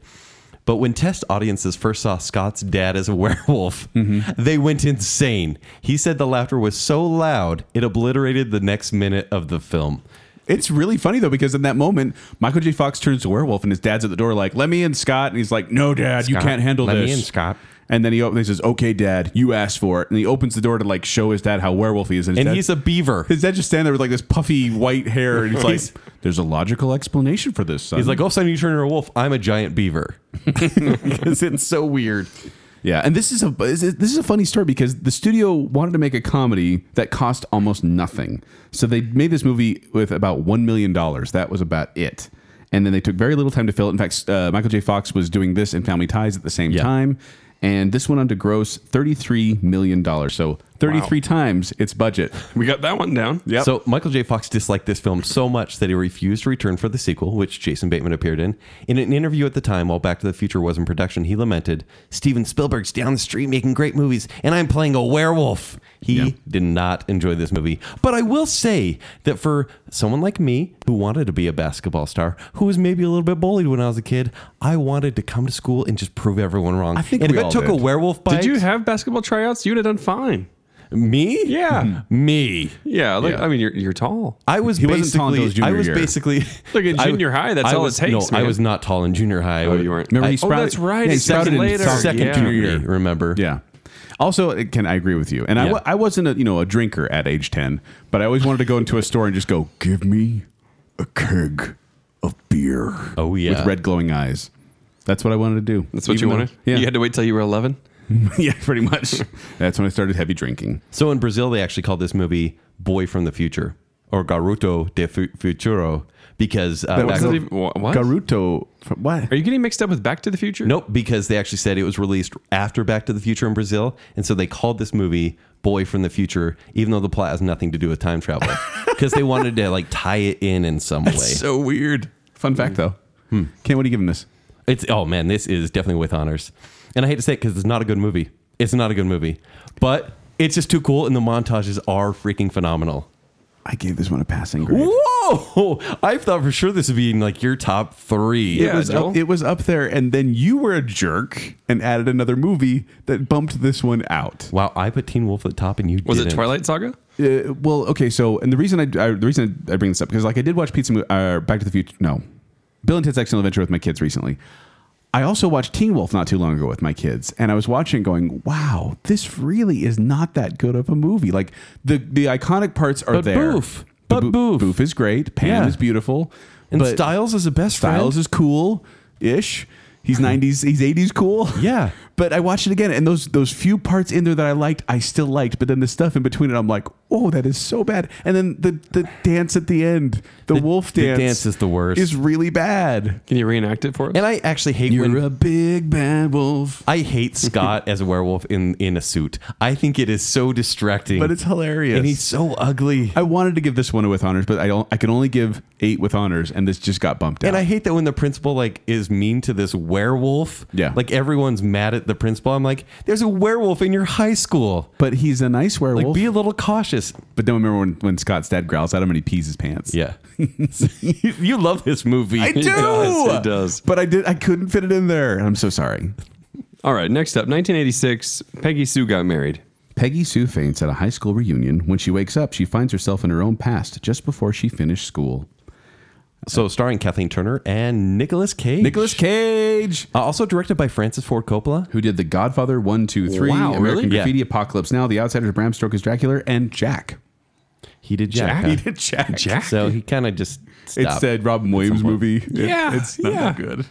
D: But when test audiences first saw Scott's dad as a (laughs) werewolf, they went insane. He said the laughter was so loud, it obliterated the next minute of the film.
B: It's really funny though because in that moment, Michael J. Fox turns to werewolf and his dad's at the door like, "Let me in, Scott," and he's like, "No, Dad, you
D: Scott,
B: can't handle
D: let me
B: this."
D: in, Scott.
B: And then he opens. He says, "Okay, Dad, you asked for it." And he opens the door to like show his dad how werewolf he is. his
D: And
B: dad-
D: he's a beaver. (laughs)
B: his dad just standing there with like this puffy white hair, and he's like,
D: He's-
B: "There's a logical explanation for this." Son.
D: He's like, oh, suddenly you turn into a wolf. I'm a giant beaver. Because it's so weird.
B: Yeah, and this is a this is this is a funny story because the studio wanted to make a comedy that cost almost nothing. So they made this movie with about one million dollars. That was about it. And then they took very little time to fill it. In fact, uh, Michael J. Fox was doing this and Family Ties at the same
D: Yeah.
B: time, and this went on to gross thirty-three million dollars. So thirty-three times its budget.
C: We got that one down.
B: Yep.
D: So Michael J. Fox disliked this film so much that he refused to return for the sequel, which Jason Bateman appeared in. In an interview at the time, while Back to the Future was in production, he lamented, "Steven Spielberg's down the street making great movies, and I'm playing a werewolf." He
B: Yeah.
D: did not enjoy this movie, but I will say that for someone like me who wanted to be a basketball star, who was maybe a little bit bullied when I was a kid, I wanted to come to school and just prove everyone wrong. I
B: think
D: and
B: we
D: if it
B: all
D: took a
B: did.
D: werewolf bite,
C: Did you have basketball tryouts? You'd have done fine.
D: me?
C: Yeah.
D: me.
C: Yeah. Like,
B: Yeah.
C: I mean, you're, you're tall.
D: Mm-hmm. I was
B: He wasn't
D: basically
B: tall until his junior
D: I was
B: year.
C: (laughs)
D: basically
C: Look, in
D: I-
C: junior high, that's
D: I
C: all it
D: was-
C: takes,
D: No, I
C: man.
D: was not tall in junior high.
C: Oh, you weren't.
B: Remember, he
C: I- oh,
B: sprouted-
C: that's right.
B: Yeah, he
C: It's
B: sprouted
C: second
B: in
C: later.
D: second
C: yeah.
D: junior year. Remember?
B: Yeah. Also, it- can I agree with you? And I
D: Yeah.
B: wa- I wasn't a you know a drinker at age ten, but I always wanted to go into a store and just go, "Give me a keg of beer."
D: Oh, yeah.
B: with red glowing eyes. That's what I wanted to do.
C: That's what
B: Even
C: you
B: though-
C: wanted?
B: (laughs) Yeah,
C: You had to wait till you were 11?
B: yeah, pretty much. That's when I started heavy drinking.
D: So in Brazil, they actually called this movie "Boy from the Future" or "Garoto de Fu- Futuro" because
B: That
D: uh, back-
B: was
C: Doesn't even- wha- what?
B: Garuto, from, what?
C: Are you getting mixed up with Back to the Future?
D: nope, because they actually said it was released after Back to the Future in Brazil, and so they called this movie "Boy from the Future," even though the plot has nothing to do with time travel, because they wanted to like tie it in
B: (laughs)
D: in some way.
B: so weird. Fun fact though. Hmm. Ken, what are you giving this?
D: It's oh man, this is definitely with honors, and I hate to say it because it's not a good movie. It's not a good movie, but it's just too cool, and the montages are freaking phenomenal.
B: I gave this one a passing grade.
D: Whoa! I thought for sure this would be in like your top three.
B: It
C: Yeah,
B: was,
C: Joel.
B: up, it was up there, and then you were a jerk and added another movie that bumped this one out.
D: Wow, I put Teen Wolf at the top, and you
C: Was it
D: didn't.
C: Twilight Saga?
B: Uh, well, okay, so and the reason I, I the reason I bring this up because like I did watch Pizza Mo- uh, Back to the Future. No, Bill and Ted's Excellent Adventure with my kids recently. I also watched Teen Wolf not too long ago with my kids, and I was watching, going, "Wow, this really is not that good of a movie." Like the the iconic parts are
D: But
B: there.
D: Boof.
B: The
D: But
B: Boo-
D: Boof.
B: Boof is great. Pam
D: Yeah.
B: is beautiful.
D: And
B: but
D: Styles is the best
B: Styles
D: friend.
B: is cool ish. He's nineties. He's eighties cool.
D: (laughs) Yeah.
B: But I watched it again, and those those few parts in there that I liked, I still liked. But then the stuff in between it, I'm like, oh, that is so bad. And then the the dance at the end, the,
D: The-
B: wolf
D: the
B: dance,
D: dance is the worst.
B: Is really bad.
C: Can you reenact it for us?
D: And I actually hate when
B: a big bad wolf. (laughs)
D: I hate Scott as a werewolf in in a suit. I think it is so distracting,
B: But it's hilarious.
D: and he's so ugly.
B: I wanted to give this one a with honors, but I don't. I can only give eight with honors, and this just got bumped.
D: And
B: out.
D: I hate that when the principal like is mean to this werewolf.
B: Yeah.
D: Like everyone's mad at the principal. I'm like, there's a werewolf in your high school.
B: but he's a nice
D: Like,
B: werewolf.
D: be a little cautious.
B: but then remember when, when Scott's dad growls at him and he pees his pants.
D: Yeah. (laughs)
B: (laughs)
D: you love this movie.
B: I do.
C: does, it does.
B: But I did. I couldn't fit it in there. I'm so sorry.
C: All right, next up, 1986, Peggy Sue got married.
B: Peggy Sue faints at a high school reunion. When she wakes up, she finds herself in her own past just before she finished school.
D: So, starring Kathleen Turner and Nicolas Cage.
B: Nicolas Cage,
D: Uh, also directed by Francis Ford Coppola.
B: who did The Godfather 1, 2, 3,
C: Wow,
B: American
C: really?
D: Yeah.
B: Graffiti, Apocalypse Now, The Outsiders, Bram Stoker's Dracula, and Jack.
D: He did Jack.
C: Jack?
D: huh?
C: He did
B: (laughs) Jack.
D: So he kind
B: (laughs)
D: of just
B: It's
D: stopped.
B: a Robin Williams movie. It-
C: Yeah,
B: it's not
C: yeah.
B: that good.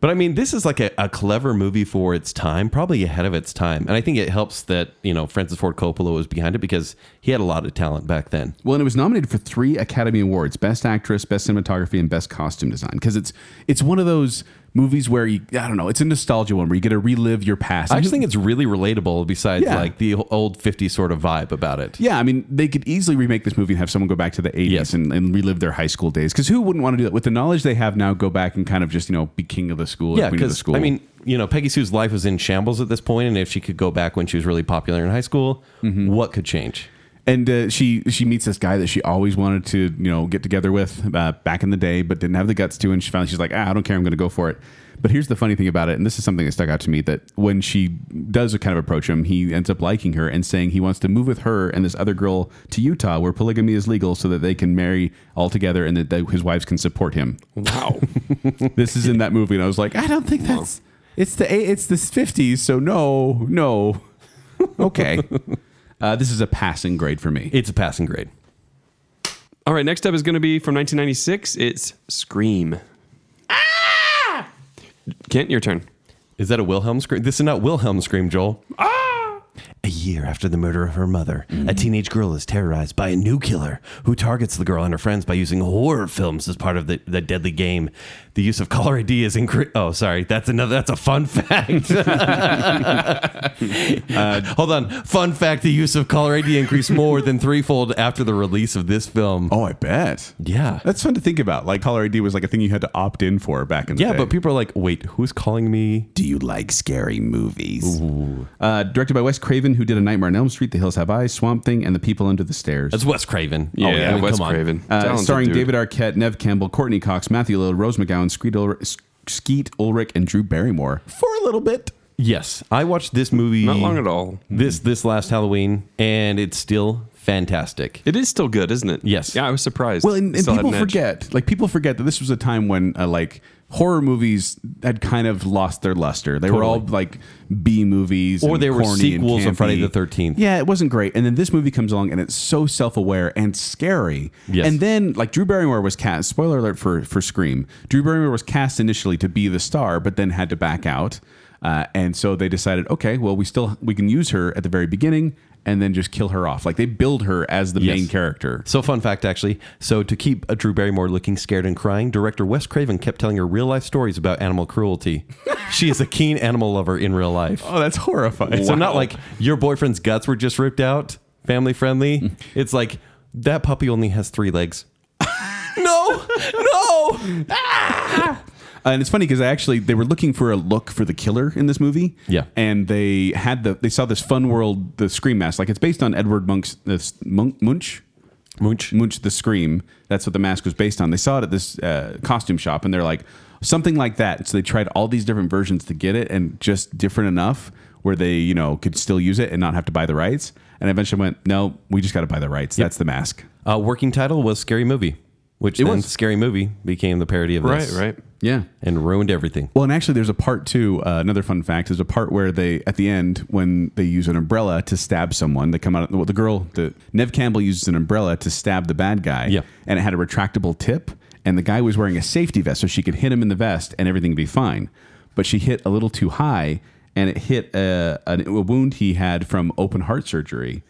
D: but I mean, this is like a, a clever movie for its time, probably ahead of its time. And I think it helps that, you know, Francis Ford Coppola was behind it because he had a lot of talent back then.
B: Well, and it was nominated for three Academy Awards: Best Actress, Best Cinematography, and Best Costume Design. Because it's it's one of those movies where you, I don't know, it's a nostalgia one where you get to relive your past.
D: I just think it's really relatable besides
B: Yeah.
D: like the old 50s sort of vibe about it.
B: Yeah, I mean, they could easily remake this movie and have someone go back to the 80s
D: Yes.
B: and, and relive their high school days. Because who wouldn't want to do that? With the knowledge they have now, go back and kind of just, you know, be king of the school,
D: Yeah,
B: queen of the
D: because
B: school.
D: I mean, you know, Peggy Sue's life was in shambles at this point, and if she could go back when she was really popular in high school, what could change?
B: and uh, she she meets this guy that she always wanted to, you know, get together with uh, back in the day, but didn't have the guts to. And she finally, she's like, ah, I don't care, I'm going to go for it. But here's the funny thing about it, and this is something that stuck out to me that when she does kind of approach him, he ends up liking her and saying he wants to move with her and this other girl to Utah where polygamy is legal so that they can marry all together and that they, his wives can support him.
C: Wow.
B: this is in that movie, and I was like, I don't think that's it's the eight- it's the fifties, so no, no, okay. (laughs) Uh, this is a passing grade for me.
D: It's a passing grade.
C: All right, next up is going to be from 1996. It's Scream. Ah! Kent, your turn.
D: Is that a Wilhelm scream? This is not Wilhelm scream, Joel. Ah! A year after the murder of her mother, a teenage girl is terrorized by a new killer who targets the girl and her friends by using horror films as part of the, the deadly game. The use of caller ID is incre Oh, sorry, that's another. That's a fun (laughs) fact. (laughs) Hold on, fun fact: the use of caller ID increased more than threefold after the release of this film.
B: oh, I bet.
D: Yeah.
B: that's fun to think about. Like caller ID was like a thing you had to opt in for back in the
D: yeah,
B: day.
D: but people are like, "Wait, who's calling me?"
B: do you like scary movies? Uh, directed by Wes Craven, who did A Nightmare on Elm Street, The Hills Have Eyes, Swamp Thing, and The People Under the Stairs.
D: That's Wes Craven. Oh,
C: yeah,
D: I mean,
C: Wes
D: come on.
C: Craven.
B: Uh,
C: Talented
B: starring
C: dude.
B: David Arquette, Nev Campbell, Courtney Cox, Matthew Lillard, Rose McGowan, Skeet Ulrich, Skeet Ulrich, and Drew Barrymore for a little bit.
D: Yes, I watched this movie
C: Not long at all.
D: This this last Halloween, and it's still fantastic.
C: It is still good, isn't it?
D: Yes.
C: Yeah, I was surprised.
B: Well, and,
C: It
B: and
C: still had
B: people
C: an edge.
B: forget, like people forget that this was a time when uh, like horror movies had kind of lost their luster. They were all like B movies,
D: Or
B: and
D: they were
B: corny and
D: sequels of
B: campy.
D: Friday the 13th.
B: Yeah, it wasn't great. And then this movie comes along, and it's so self aware and scary.
D: Yes.
B: And then like Drew Barrymore was cast. Spoiler alert for for Scream. Drew Barrymore was cast initially to be the star, but then had to back out. Uh, and so they decided, okay, well, we still we can use her at the very beginning, and then just kill her off. Like they build her as the
D: Yes.
B: main character.
D: So fun fact, actually. So to keep uh, Drew Barrymore looking scared and crying, director Wes Craven kept telling her real life stories about
C: (laughs)
D: animal cruelty. she is a keen animal lover in real life.
B: Oh, that's horrifying.
D: So not like your boyfriend's guts were just ripped out,
C: (laughs)
D: family friendly. It's like that puppy only has three legs. (laughs) no, no.
B: uh, And it's funny because I actually they were looking for a look for the killer in this movie.
D: Yeah.
B: and they had the they saw this Fun World the Scream mask. Like it's based on Edward Monk's this Monk Munch.
D: Mooch.
B: Munch the Scream. That's what the mask was based on. They saw it at this uh, costume shop, and they're like something like that. So they tried all these different versions to get it, and just different enough where they you know could still use it and not have to buy the rights. And eventually went, no, we just got to buy the rights. That's the mask.
D: Uh, working title was Scary Movie, which
B: It
D: then
B: was.
D: Scary Movie became the parody of
C: Right,
D: this.
C: right.
B: Yeah,
D: And ruined everything.
B: Well, and actually, there's a part too. Uh, another fun fact: there's a part where they, at the end, when they use an umbrella to stab someone, they come out. Well, the girl, the Nev Campbell, uses an umbrella to stab the bad guy.
D: Yeah.
B: and it had a retractable tip, and the guy was wearing a safety vest, so she could hit him in the vest, and everything would be fine. But she hit a little too high, and it hit a, a, a wound he had from open heart surgery.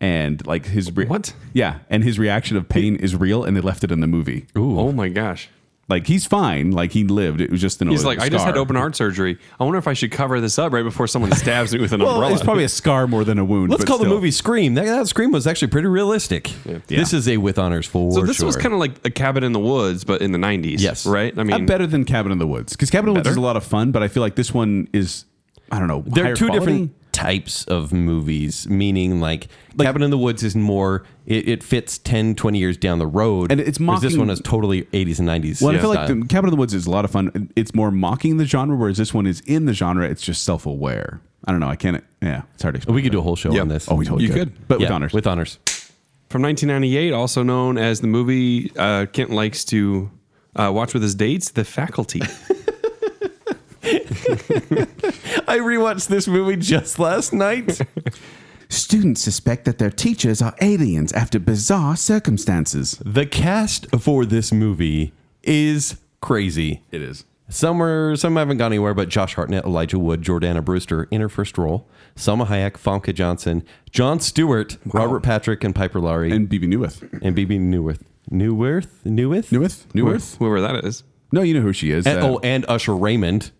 B: And like his re-
C: What?
B: Yeah, and his reaction of pain is real, and they left it in the movie.
C: Oh my gosh.
B: Like he's fine, like he lived. It was just an.
C: He's like, I just had
B: scar."
C: open heart surgery. I wonder if I should cover this up right before someone stabs me with
B: (laughs)
C: an
B: Well,
C: umbrella.
B: it's probably a scar more than a wound.
D: Let's
B: but
D: call the
B: still.
D: movie Scream. That, that Scream was actually pretty realistic. This is a with honors for
C: so this was
D: sure.
C: kind of like a cabin in the woods, but in the 90s.
D: Yes.
C: Right? I
B: Uh,
C: mean,
B: better than Cabin in the Woods because Cabin in the Woods
C: Better?
B: is a lot of fun, but I feel like this one is I don't know.
D: There
B: higher
D: are two
B: quality?
D: different types of movies, meaning like, Cabin in the Woods is more, it, it fits 10, 20 years down the road.
B: And it's
D: whereas this
B: mocking-
D: one is totally 80s and 90s.
B: Well, I feel like
D: style.
B: the Cabin in the Woods is a lot of fun. It's more mocking the genre, whereas this one is in the genre. It's just self aware. I don't know. I can't. Yeah, it's hard to explain.
D: we could do a whole show
C: Yeah.
D: on this.
B: Oh, we totally
C: You
B: could,
C: could.
B: but with
D: Yeah,
B: honors.
D: With honors.
C: from 1998, also known as the movie uh, Kent likes to uh, watch with his dates, The Faculty.
D: I rewatched this movie just last (laughs) night.
B: Students suspect that their teachers are aliens after bizarre circumstances.
D: the cast for this movie is crazy.
B: It is.
D: Some are, some haven't gone anywhere, but Josh Hartnett, Elijah Wood, Jordana Brewster in her first role, Selma Hayek, Famke Johnson, John Stewart, Robert Patrick, and Piper Laurie, and,
B: And BB Newith.
D: BB Newirth. Newirth? Newirth?
B: Newith. Newirth.
C: Whoever that is.
B: No, you know who she is.
D: And,
B: uh,
D: oh, and Usher Raymond.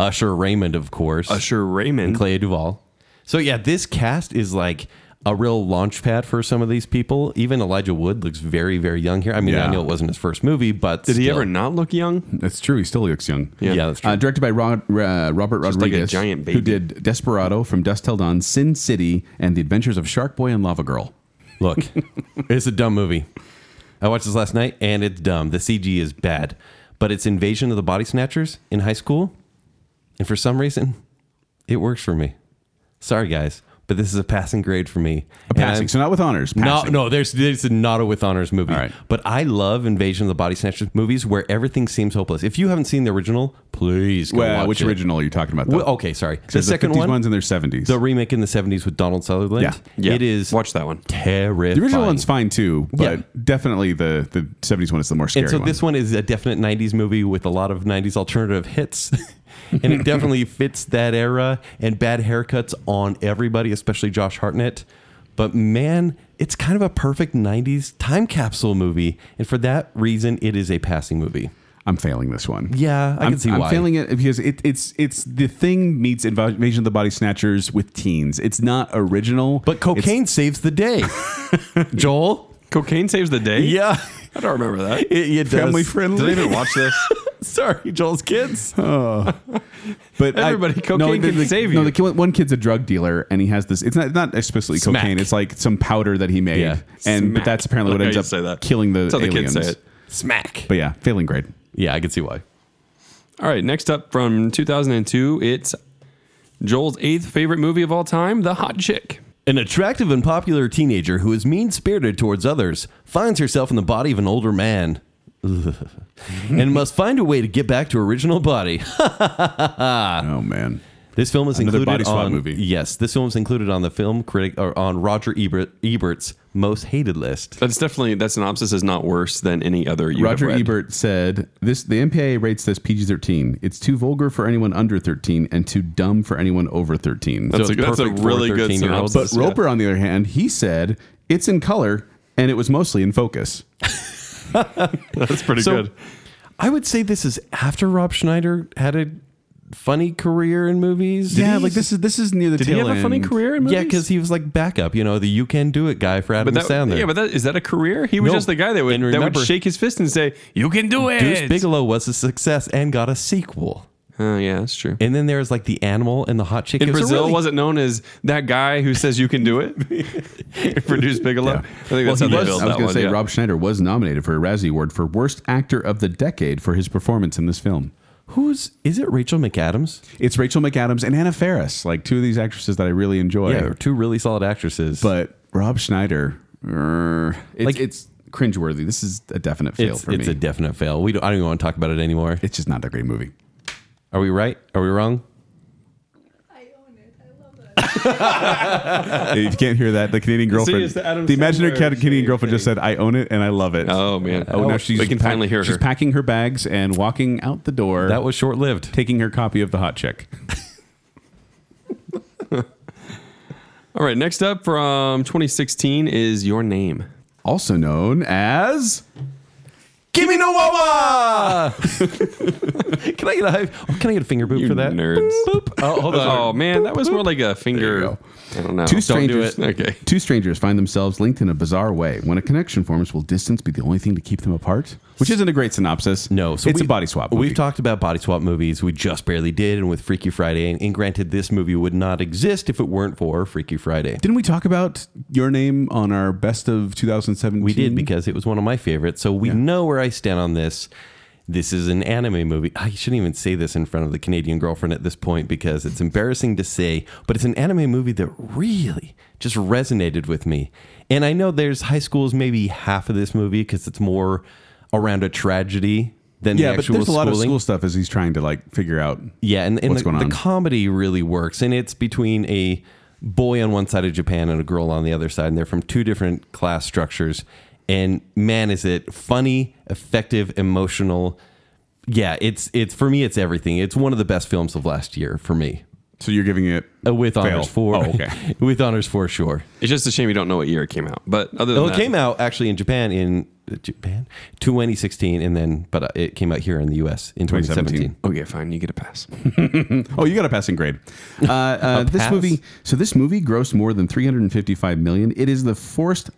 D: Usher Raymond, of course.
C: Usher Raymond.
D: Clea Duval. So yeah, this cast is like a real launch pad for some of these people. Even Elijah Wood looks very, very young here. I mean,
B: Yeah.
D: I know it wasn't his first movie, but
C: Did he
D: still.
C: ever not look young?
B: That's true. He still looks young.
D: Yeah, yeah that's true.
B: Uh, directed by Rod, uh, Robert
C: Just like a
B: Rodriguez,
C: giant baby.
B: who did Desperado, From Dust Till Dawn, Sin City, and The Adventures of Shark Boy and Lava Girl. (laughs)
D: Look, it's a dumb movie. I watched this last night, and it's dumb. The CG is bad, but it's Invasion of the Body Snatchers in high school, and for some reason, it works for me. Sorry, guys, but this is a passing grade for me.
B: A passing, so not with honors.
D: No,
B: Passing.
D: no, there's there's not a with honors movie.
B: All right.
D: But I love Invasion of the Body Snatchers movies where everything seems hopeless. If you haven't seen the original, please go
B: Well,
D: watch
B: which
D: it.
B: original are you talking about? Though?
D: Well, okay, sorry. The
B: There's
D: second
B: 50s
D: one,
B: one's in their 70s.
D: the remake in the 70s with Donald Sutherland.
B: Yeah.
C: Yeah.
D: It is
C: Watch that one.
D: terrifying.
B: The original one's fine too, but
D: Yeah.
B: definitely the the seventies one is the more scary
D: And so
B: one.
D: this one is a definite 90s movie with a lot of 90s alternative hits. (laughs) and
B: (laughs)
D: it definitely fits that era and bad haircuts on everybody, especially Josh Hartnett. But man, it's kind of a perfect 90s time capsule movie. And for that reason, it is a passing movie.
B: I'm failing this one.
D: Yeah, I
B: I'm,
D: can see
B: I'm
D: why.
B: failing it because it, it's it's the thing meets Invasion of the Body Snatchers with teens. It's not original,
D: But cocaine saves
B: (laughs)
D: the day. Joel?
C: Cocaine saves the day.
D: Yeah.
C: I don't remember that.
D: It, it does.
B: Family
C: Did I
B: friendly.
C: even watch this?
D: (laughs) Sorry, Joel's kids.
B: But I-
C: Everybody, cocaine
B: the-
C: can
B: the-
C: save
B: No,
C: you.
B: the kid, one kid's a drug dealer, and he has this. It's not not explicitly
D: Smack.
B: cocaine. It's like some powder that he made,
D: Yeah.
B: and but
C: Smack.
B: that's apparently what
C: Like
B: ends
C: how
B: up
C: you say that.
B: killing the
C: That's how the
B: aliens.
C: kids say it.
D: Smack.
B: But (laughs) yeah, failing grade.
D: yeah, I can see why.
C: All right, next up from 2002, it's Joel's eighth favorite movie of all time, The Hot Chick.
D: An attractive and popular teenager who is mean spirited towards others finds herself in the body of an older man. (laughs) Ugh. and must find a way to get back to her original body. (laughs)
C: Ah.
B: oh man,
D: This film is
B: Another
D: included
B: body swap
D: on
B: movie.
D: yes, this film is included on the film critic or on Roger Ebert, Ebert's most hated list.
C: That's definitely that synopsis is not worse than any other you
B: Roger
C: have read.
B: Ebert said this the MPAA rates this PG-13. It's too vulgar for anyone under 13 and too dumb for anyone over 13.
C: That's,
D: So
C: a, that's a
D: perfect for
C: really good
D: 13-year-olds.
C: synopsis.
B: but
C: yeah.
B: Roper on the other hand, he said it's in color and it was mostly in focus.
C: that's pretty
D: So,
C: good.
D: I would say this is after Rob Schneider had a funny career in movies.
B: yeah, like this is this is near the
C: Did he have a funny career in movies?
D: Yeah, because he was like backup, you know, the you can do it guy for Adam
C: But that,
D: Sandler.
C: yeah, but that, is that a career? He was
D: No.
C: just the guy that would
D: And
C: that would
D: remember-
C: shake his fist and say, "You can do it."
D: Deuce Bigelow was a success and got a sequel.
C: Oh yeah, that's true.
D: And then there's like the animal and the hot chick.
C: In
D: It was a
C: Brazil,
D: really-
C: was it known as that guy who says you can do it? (laughs)
D: (laughs)
C: for Deuce Bigelow, I think that's
B: Well, he
C: how they
B: was,
C: built
B: I was
C: that
B: going to
C: one.
B: say
C: yeah.
B: Rob Schneider was nominated for a Razzie Award for Worst Actor of the Decade for his performance in this film.
D: Who's is it? Rachel McAdams.
B: It's Rachel McAdams and Anna Faris, like two of these actresses that I really enjoy.
D: Yeah, two really solid actresses.
B: But Rob Schneider, er, it's,
D: Like-
B: it's cringeworthy. This is a definite fail
D: it's,
B: for
D: it's
B: me.
D: a definite fail. We don't. I don't even want to talk about it anymore.
B: it's just not a great movie.
D: Are we right? Are we wrong?
G: I own it. I love it.
B: if you can't hear that, the Canadian girlfriend,
C: it's
B: the,
C: (laughs) the Adam
B: imaginary
C: Sandler
B: Cad- Canadian
C: shade
B: girlfriend, just said, "I own it and I love it."
C: Oh, man.
B: Oh, now she's
C: we can
B: pack-
C: finally hear
B: She's
C: her.
B: packing her bags and walking out the door.
D: That was short lived.
B: taking her copy of the Hot Chick.
C: All right, next up from 2016 is Your Name.
B: also known as
D: Give me no wawa. (laughs) can I get a high, Can I get a finger boop
C: You
D: for that?
C: nerds.
D: Boop. Oh, hold on.
C: Oh man, that was more like a
B: you
C: finger.
B: go.
C: I don't know.
D: Oh,
B: two
C: Don't do
B: strangers.
C: it. Okay.
B: (laughs) two strangers find themselves linked in a bizarre way. When a connection forms, will distance be the only thing to keep them apart? Which isn't a great synopsis.
D: No,
B: it's a
D: we-
B: body swap. movie.
D: We've talked about body swap movies. We just barely did, and with Freaky Friday. And, and granted, this movie would not exist if it weren't for Freaky Friday.
B: Didn't we talk about your name on our best of 2017?
D: We did because it was one of my favorites. So we know where I stand on this. This is an anime movie. I shouldn't even say this in front of the Canadian girlfriend at this point because it's embarrassing to say, but it's an anime movie that really just resonated with me. And I know there's high schools, maybe half of this movie because it's more around a tragedy than
B: yeah,
D: the
B: but
D: actual
B: there's a lot of
D: schooling.
B: school stuff as he's trying to like figure out.
D: Yeah, and, and
B: What's
D: the,
B: going
D: the
B: on?
D: comedy really works, and it's between a boy on one side of Japan and a girl on the other side, and they're from two different class structures. And man, is it funny, effective, emotional? Yeah, it's it's for me, it's everything. It's one of the best films of last year for me,
B: So you're giving it
D: Uh, with
B: fail.
D: honors for
B: Oh,
D: (laughs)
B: okay.
D: with honors for sure.
C: It's just a shame you don't know what year it came out. But other than
D: Well, it
C: that,
D: came out actually in Japan in Japan 2016, and then but uh, it came out here in the U.S. in 2017.
C: Okay, fine. You get a pass.
B: Oh, you got a passing
D: (laughs)
B: grade. Uh, uh, this
D: pass?
B: movie. So this movie grossed more than 355 million. It is the fourth.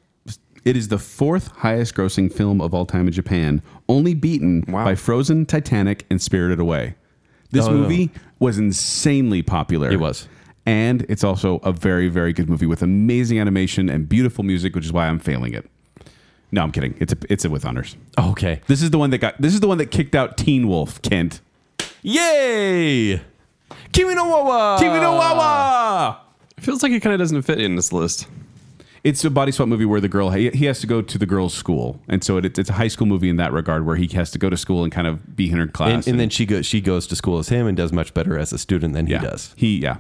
B: It is the fourth highest grossing film of all time in Japan, only beaten
C: Wow.
B: by Frozen, Titanic, and Spirited Away. This
D: Oh.
B: movie was insanely popular.
D: It was.
B: And it's also a very, very good movie with amazing animation and beautiful music, which is why I'm failing it. No, I'm kidding. It's a it's a with honors.
D: Oh, okay.
B: This is the one that got this is the one that kicked out Teen Wolf, Kent.
D: Yay! Kimi no Wawa.
B: Kimi no Wawa!
C: It feels like it kind of doesn't fit in this list.
B: It's a body swap movie where the girl he he has to go to the girl's school, and so it, it's a high school movie in that regard, where he has to go to school and kind of be in her class.
D: And, and then she goes she goes to school as him and does much better as a student than
B: yeah,
D: he does.
B: He yeah,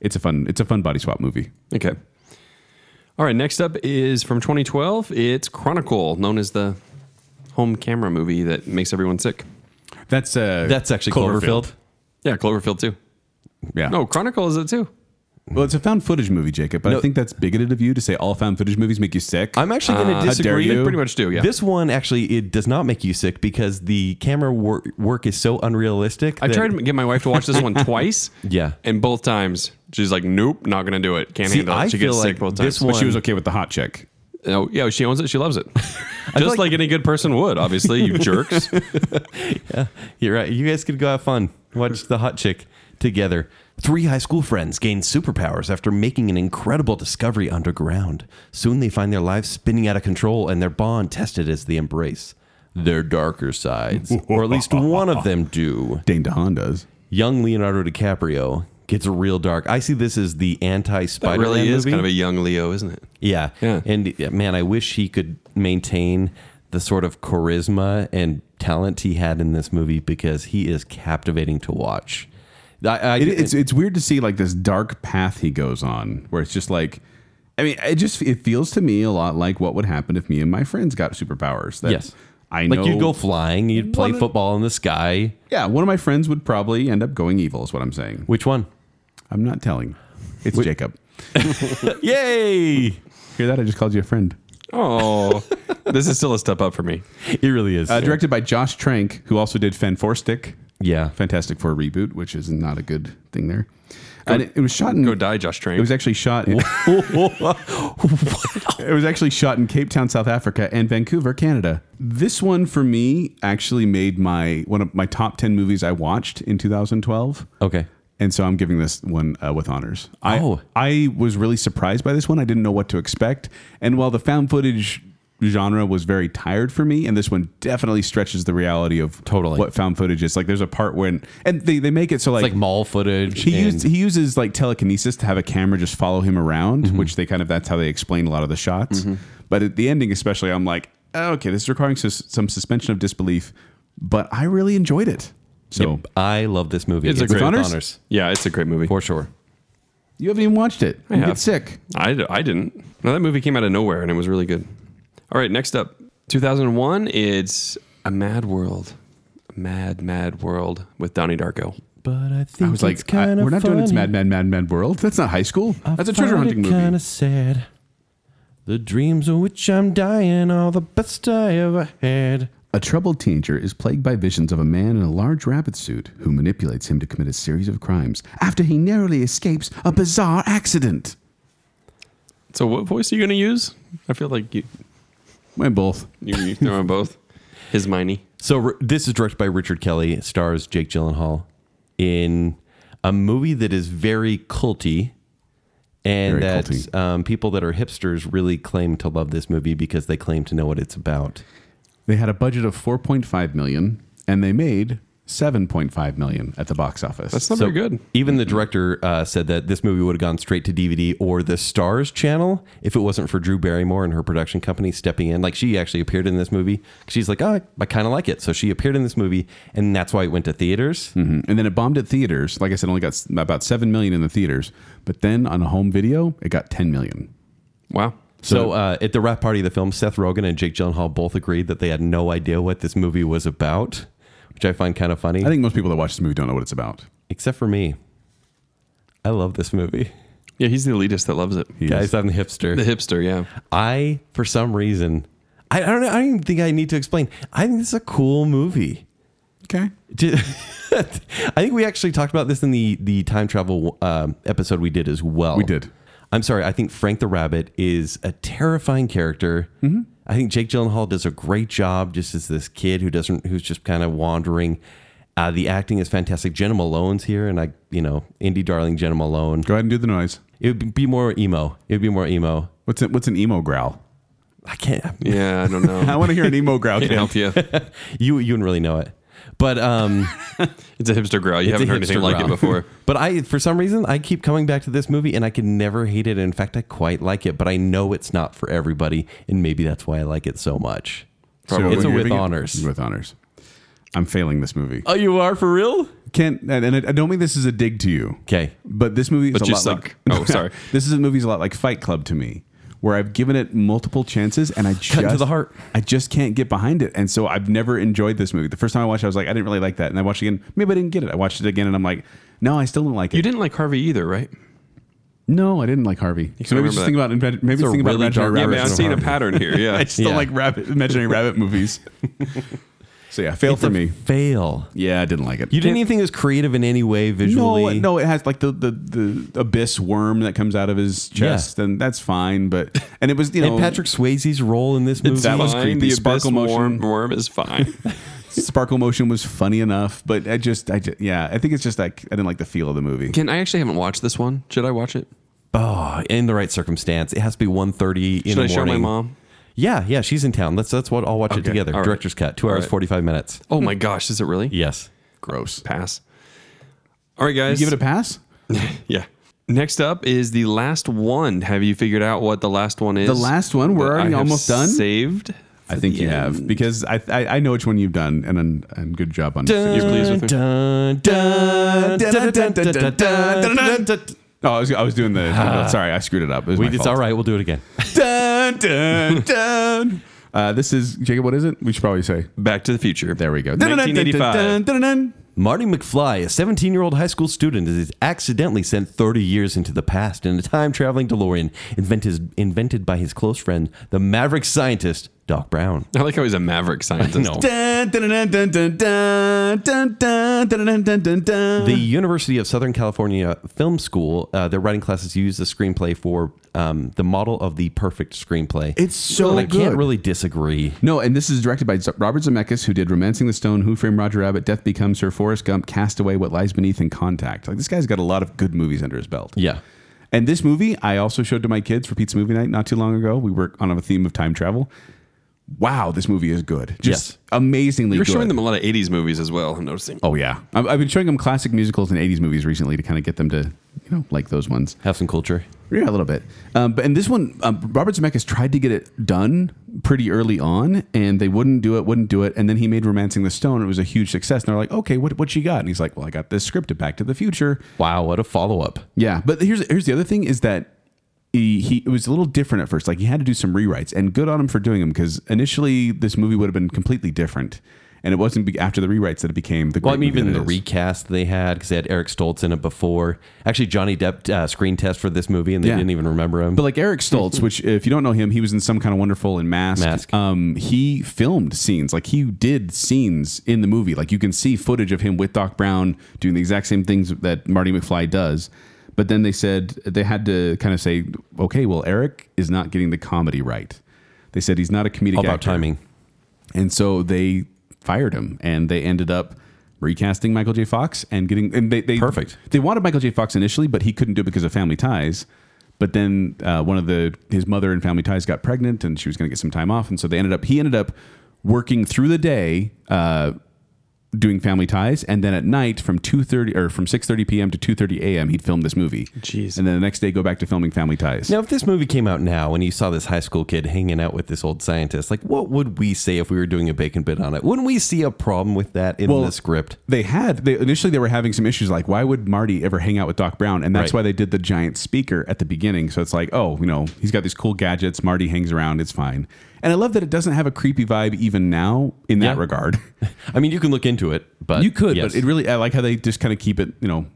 B: it's a fun it's a fun body swap movie.
C: Okay. All right. Next up is from 2012. It's Chronicle, known as the home camera movie that makes everyone sick.
B: That's uh
D: That's actually Cloverfield.
C: Yeah, Cloverfield too.
B: Yeah,
C: No, Chronicle is it too.
B: well, it's a found footage movie, Jacob. But I
D: No.
B: think that's bigoted of you to say all found footage movies make you sick.
D: I'm actually
C: Uh,
D: going to
B: dare
D: disagree.
B: you.
C: They pretty much do. Yeah.
D: This one actually it does not make you sick because the camera wor- work is so unrealistic.
C: I
D: that-
C: tried to get my wife to watch this one twice.
D: Yeah.
C: And both times she's like, "Nope, not gonna do it. Can't
D: See,
C: handle it."
D: I
C: she gets
D: feel
C: sick
D: like
C: both times.
D: this
B: but
C: But
B: she was
D: one-
B: okay with the hot chick.
C: she- oh, yeah, she owns it. She loves it.
D: feel
C: Just like,
D: like-
C: any good person would, obviously. You jerks.
D: You're right. You guys could go have fun. Watch the hot chick together. Three high school friends gain superpowers after making an incredible discovery underground. Soon they find their lives spinning out of control and their bond tested as they embrace their darker sides, or at least one of them do.
B: Dane DeHaan does.
D: Young Leonardo DiCaprio gets real dark. I see this as the
C: That
D: anti-Spider-Man
C: really is
D: movie.
C: kind of a young Leo, isn't it?
D: Yeah.
C: Yeah.
D: And yeah, man, I wish he could maintain the sort of charisma and talent he had in this movie because he is captivating to watch. I, I,
B: It, it's it's weird to see like this dark path he goes on, where it's just like, I mean, it just it feels to me a lot like what would happen if me and my friends got superpowers. That
D: Yes.
B: I know.
D: like you'd go flying, you'd play
B: One of-
D: football in the sky.
B: yeah, one of my friends would probably end up going evil. Is what I'm saying.
D: Which one?
B: I'm not telling. It's Jacob.
D: Yay!
B: Hear that? I just called you a friend.
C: Oh, (laughs) this is still a step up for me.
D: It really is.
B: Uh, directed by Josh Trank, who also did Fan Four Stick,
D: yeah.
B: Fantastic Four reboot, which is not a good thing there. and it, it was shot in.
C: Go die, Josh Train.
B: It was actually shot.
C: (laughs)
B: In, it was actually shot in Cape Town, South Africa, and Vancouver, Canada. This one for me actually made my one of my top ten movies I watched in 2012.
D: Okay.
B: And so I'm giving this one uh, with honors. I
D: Oh.
B: I was really surprised by this one. I didn't know what to expect. And while the found footage genre was very tired for me, and this one definitely stretches the reality of
D: Totally.
B: what found footage is. Like there's a part when and they, they make it so
D: It's like mall footage.
B: he
D: and-
B: used, he uses like telekinesis to have a camera just follow him around,
D: Mm-hmm.
B: which they kind of that's how they explain a lot of the shots. But at the ending, especially, I'm like, oh, okay, this is requiring sus- some suspension of disbelief, but I really enjoyed it. So
D: I love this movie.
C: It's a
D: with
C: great
B: honors?
C: yeah, it's a great movie.
D: For sure.
B: you haven't even watched it. You
C: have.
B: get sick.
C: I, d- I didn't. No, that movie came out of nowhere and it was really good. All right, next up, 2001. It's A Mad World. A Mad, Mad World with Donnie Darko.
D: But I think
B: I was like, I- we're not doing it's Mad Mad Mad Mad World. That's not high school. that's a treasure hunting movie.
D: Kind of sad. The dreams of which I'm dying are the best I ever had.
B: A troubled teenager is plagued by visions of a man in a large rabbit suit who manipulates him to commit a series of crimes after he narrowly escapes a bizarre accident.
C: So, what voice are you going to use? I feel like you,
B: My both.
C: you, you throw in both. His Miney.
D: So r- this is directed by Richard Kelly, It stars Jake Gyllenhaal in a movie that is very culty,
B: Very
D: and that
B: culty.
D: um, people that are hipsters really claim to love this movie because they claim to know what it's about.
B: They had a budget of 4.5 million and they made 7.5 million at the box office.
C: That's not very good.
D: Even the director uh, said that this movie would have gone straight to DVD or the Stars channel if it wasn't for Drew Barrymore and her production company stepping in. Like she actually appeared in this movie. She's like, oh, I, I kind of like it. So she appeared in this movie, and that's why it went to theaters.
B: Mhm. And then it bombed at theaters. Like I said, only got s- about 7 million in the theaters, but then on a home video, it got 10 million.
C: Wow.
D: So uh, at the wrap party of the film, Seth Rogen and Jake Gyllenhaal both agreed that they had no idea what this movie was about, which I find kind of funny.
B: I think most people that watch this movie don't know what it's about.
D: except for me, I love this movie.
C: Yeah, he's the elitist that loves it. (laughs)
D: Guys, I'm the hipster.
C: The hipster, yeah.
D: I, for some reason, I, I don't know. I don't even think I need to explain. I think this is a cool movie. (laughs)
B: Okay.
D: Ju- I think we actually talked about this in the the time travel um, episode we did as well.
B: We did.
D: I'm sorry. I think Frank the Rabbit is a terrifying character.
B: Mm-hmm.
D: I think Jake Gyllenhaal does a great job, just as this kid who doesn't, who's just kind of wandering. Uh, the acting is fantastic. Jenna Malone's here, and I, you know, indie darling Jenna Malone.
B: Go ahead and do the noise.
D: It would be more emo. It would be more emo.
B: What's an, what's an emo growl?
D: I can't.
C: Yeah, I don't
B: I (laughs)
C: know.
B: want to hear an emo growl.
C: Can't
B: Ken. (laughs)
C: help you. It's
D: You you wouldn't really know it, but
C: (laughs)
D: um.
C: a hipster growl. You haven't heard
D: It's a
C: anything
D: hipster
C: like it
B: (laughs)
D: growl.
C: before.
D: (laughs) but I, for some reason, I keep coming back to this movie, and I can never hate it. In fact, I quite like it, but I know it's not for everybody, and maybe that's why I like it so much.
B: So
D: it's a
B: you're
D: with
B: giving it-
D: honors.
B: With honors. I'm failing this movie.
D: oh, you are for real?
B: Kent, and and I I don't mean this is a dig to you.
D: Okay.
B: But this movie is
C: But
B: a
C: you
B: lot
C: suck.
B: like (laughs)
C: Oh, sorry.
B: this is a movie's a lot like Fight Club to me, where I've given it multiple chances and I just
D: to the heart.
B: I just can't get behind it. And so I've never enjoyed this movie. The first time I watched it, I was like, I didn't really like that. And I watched it again. Maybe I didn't get it. I watched it again and I'm like, no, I still don't like it.
C: You didn't like Harvey either, right?
B: No, I didn't like Harvey. So maybe
C: remember
B: just
C: that.
B: think about invent- maybe just think about
D: really
B: imaginary
D: dark-
C: Yeah,
B: rabbits.
C: man, I'm
B: and
C: seeing a
B: Harvey.
C: pattern here. (laughs) Yeah.
B: I just don't
D: Yeah.
B: like rabbit imaginary rabbit movies. so yeah, fail
D: It's
B: Oh, for
D: a
B: me.
D: Fail.
B: Yeah, I didn't like it.
D: You didn't even think it was creative in any way visually.
B: No, no, it has like the, the the abyss worm that comes out of his chest, and that's fine. But and it was you know
D: And Patrick Swayze's role in this movie.
B: that was
C: Fine,
B: creepy.
C: The
B: Sparkle
C: sparkle
B: motion.
C: worm, worm is
B: (laughs)
C: fine.
B: sparkle motion was funny enough, but I just I just, yeah I think it's just like I didn't like the feel of the movie.
C: Ken, I actually haven't watched this one. Should I watch it?
D: oh, in the right circumstance. It has to be 1.30 in
C: Should
D: the
C: I
D: morning.
C: show my mom?
D: Yeah, yeah, she's in town. Let's that's what I'll watch it
C: Okay,
D: together.
C: all right.
D: Director's cut, two
C: All
D: hours
C: right.
D: forty five minutes.
C: Oh my gosh, is it really?
D: Yes.
B: Gross.
C: Pass. All right, guys.
B: Give it a pass.
C: (laughs) yeah. Next up is the last one. Have you figured out what the last one is?
B: The last one? We're
C: that I
B: already
C: have
B: almost done?
C: Saved.
B: I think
C: the
B: you have
C: end.
B: because I, I I know which one you've done and and, and good job on.
C: You're pleased with me?
D: Dun, dun, dun, dun, dun, dun, dun, dun, dun.
B: Oh, I was, I was doing the. sorry, I screwed it up. It was
D: We,
B: my
D: it's
B: fault.
D: all right. We'll do it again.
B: Dun, dun, dun. Uh, this is Jacob. What is it? We should probably say.
C: Back to the Future.
B: There we go.
C: 1985.
B: Dun, dun, dun, dun.
D: Marty McFly, a 17 year old high school student, is accidentally sent 30 years into the past in a time traveling DeLorean invented, invented by his close friend, the maverick scientist, Doc Brown.
C: (laughs) I like how he's a maverick scientist.
D: No.
B: Dun, dun, dun, dun, dun, dun, dun, dun, dun, dun, dun, dun, dun.
D: The University of Southern California Film School, uh, their writing classes use the screenplay for um, the model of the perfect screenplay.
B: It's so
D: and I can't
B: good.
D: really disagree.
B: No, and this is directed by Z- Robert Zemeckis, who did *Romancing the Stone*, *Who Framed Roger Rabbit*, *Death Becomes Her*, *Forrest Gump*, *Castaway*, *What Lies Beneath*, and *Contact*. Like this guy's got a lot of good movies under his belt.
D: Yeah.
B: And this movie, I also showed to my kids for Pete's movie night not too long ago. We were on a theme of time travel. Wow, this movie is good. Just
D: Yes.
B: amazingly
C: You're
B: good.
C: showing them a lot of 80s movies as well, I'm noticing.
B: Oh yeah, I've, I've been showing them classic musicals and '80s movies recently to kind of get them to, you know, like those ones.
D: Have some culture.
B: Yeah, a little bit. Um, but and this one, um, Robert Zemeckis tried to get it done pretty early on, and they wouldn't do it, wouldn't do it, and then he made *Romancing the Stone*. It was a huge success, and they're like, "Okay, what what you got?" And he's like, "Well, I got this script of Back to the Future."
D: Wow, what a follow up.
B: Yeah, but here's here's the other thing is that he, he it was a little different at first. Like he had to do some rewrites, and good on him for doing them because initially this movie would have been completely different, and it wasn't be- after the rewrites that it became the. Great
D: Well, I mean,
B: movie
D: even
B: that
D: the
B: it is.
D: recast they had because they had Eric Stoltz in it before. Actually, Johnny Depp uh, screen test for this movie, and they
B: Yeah.
D: didn't even remember him.
B: But like Eric Stoltz,
D: (laughs)
B: which if you don't know him, he was in some kind of wonderful and mask.
D: Mask.
B: Um, he filmed scenes, like he did scenes in the movie. Like you can see footage of him with Doc Brown doing the exact same things that Marty McFly does. But then they said they had to kind of say, okay, well, Eric is not getting the comedy right. They said he's not a comedic
D: All about
B: actor.
D: timing.
B: And so they fired him and they ended up recasting Michael J. Fox and getting and they, they
D: Perfect.
B: They wanted Michael J. Fox initially, but he couldn't do it because of family ties. But then uh, one of the his mother and family ties got pregnant and she was going to get some time off, and so they ended up he ended up working through the day. Uh, doing family ties and then at night from 2.30 or from 6.30 p.m to 2.30 a.m he'd film this movie
C: Jeez.
B: and then the next day go back to filming family ties
D: Now, if this movie came out now and you saw this high school kid hanging out with this old scientist, like what would we say if we were doing a bacon bit on it? Wouldn't we see a problem with that in
B: Well,
D: the script? (laughs)
B: they had they initially they were having some issues like why would marty ever hang out with doc brown and that's
D: Right.
B: why they did the giant speaker at the beginning so it's like oh you know he's got these cool gadgets marty hangs around it's fine and i love that it doesn't have a creepy vibe even now in that
D: Yeah.
B: regard
D: I mean, (laughs) you can look into it, but
B: you could
D: yes.
B: but it really i like how they just kind of keep it you know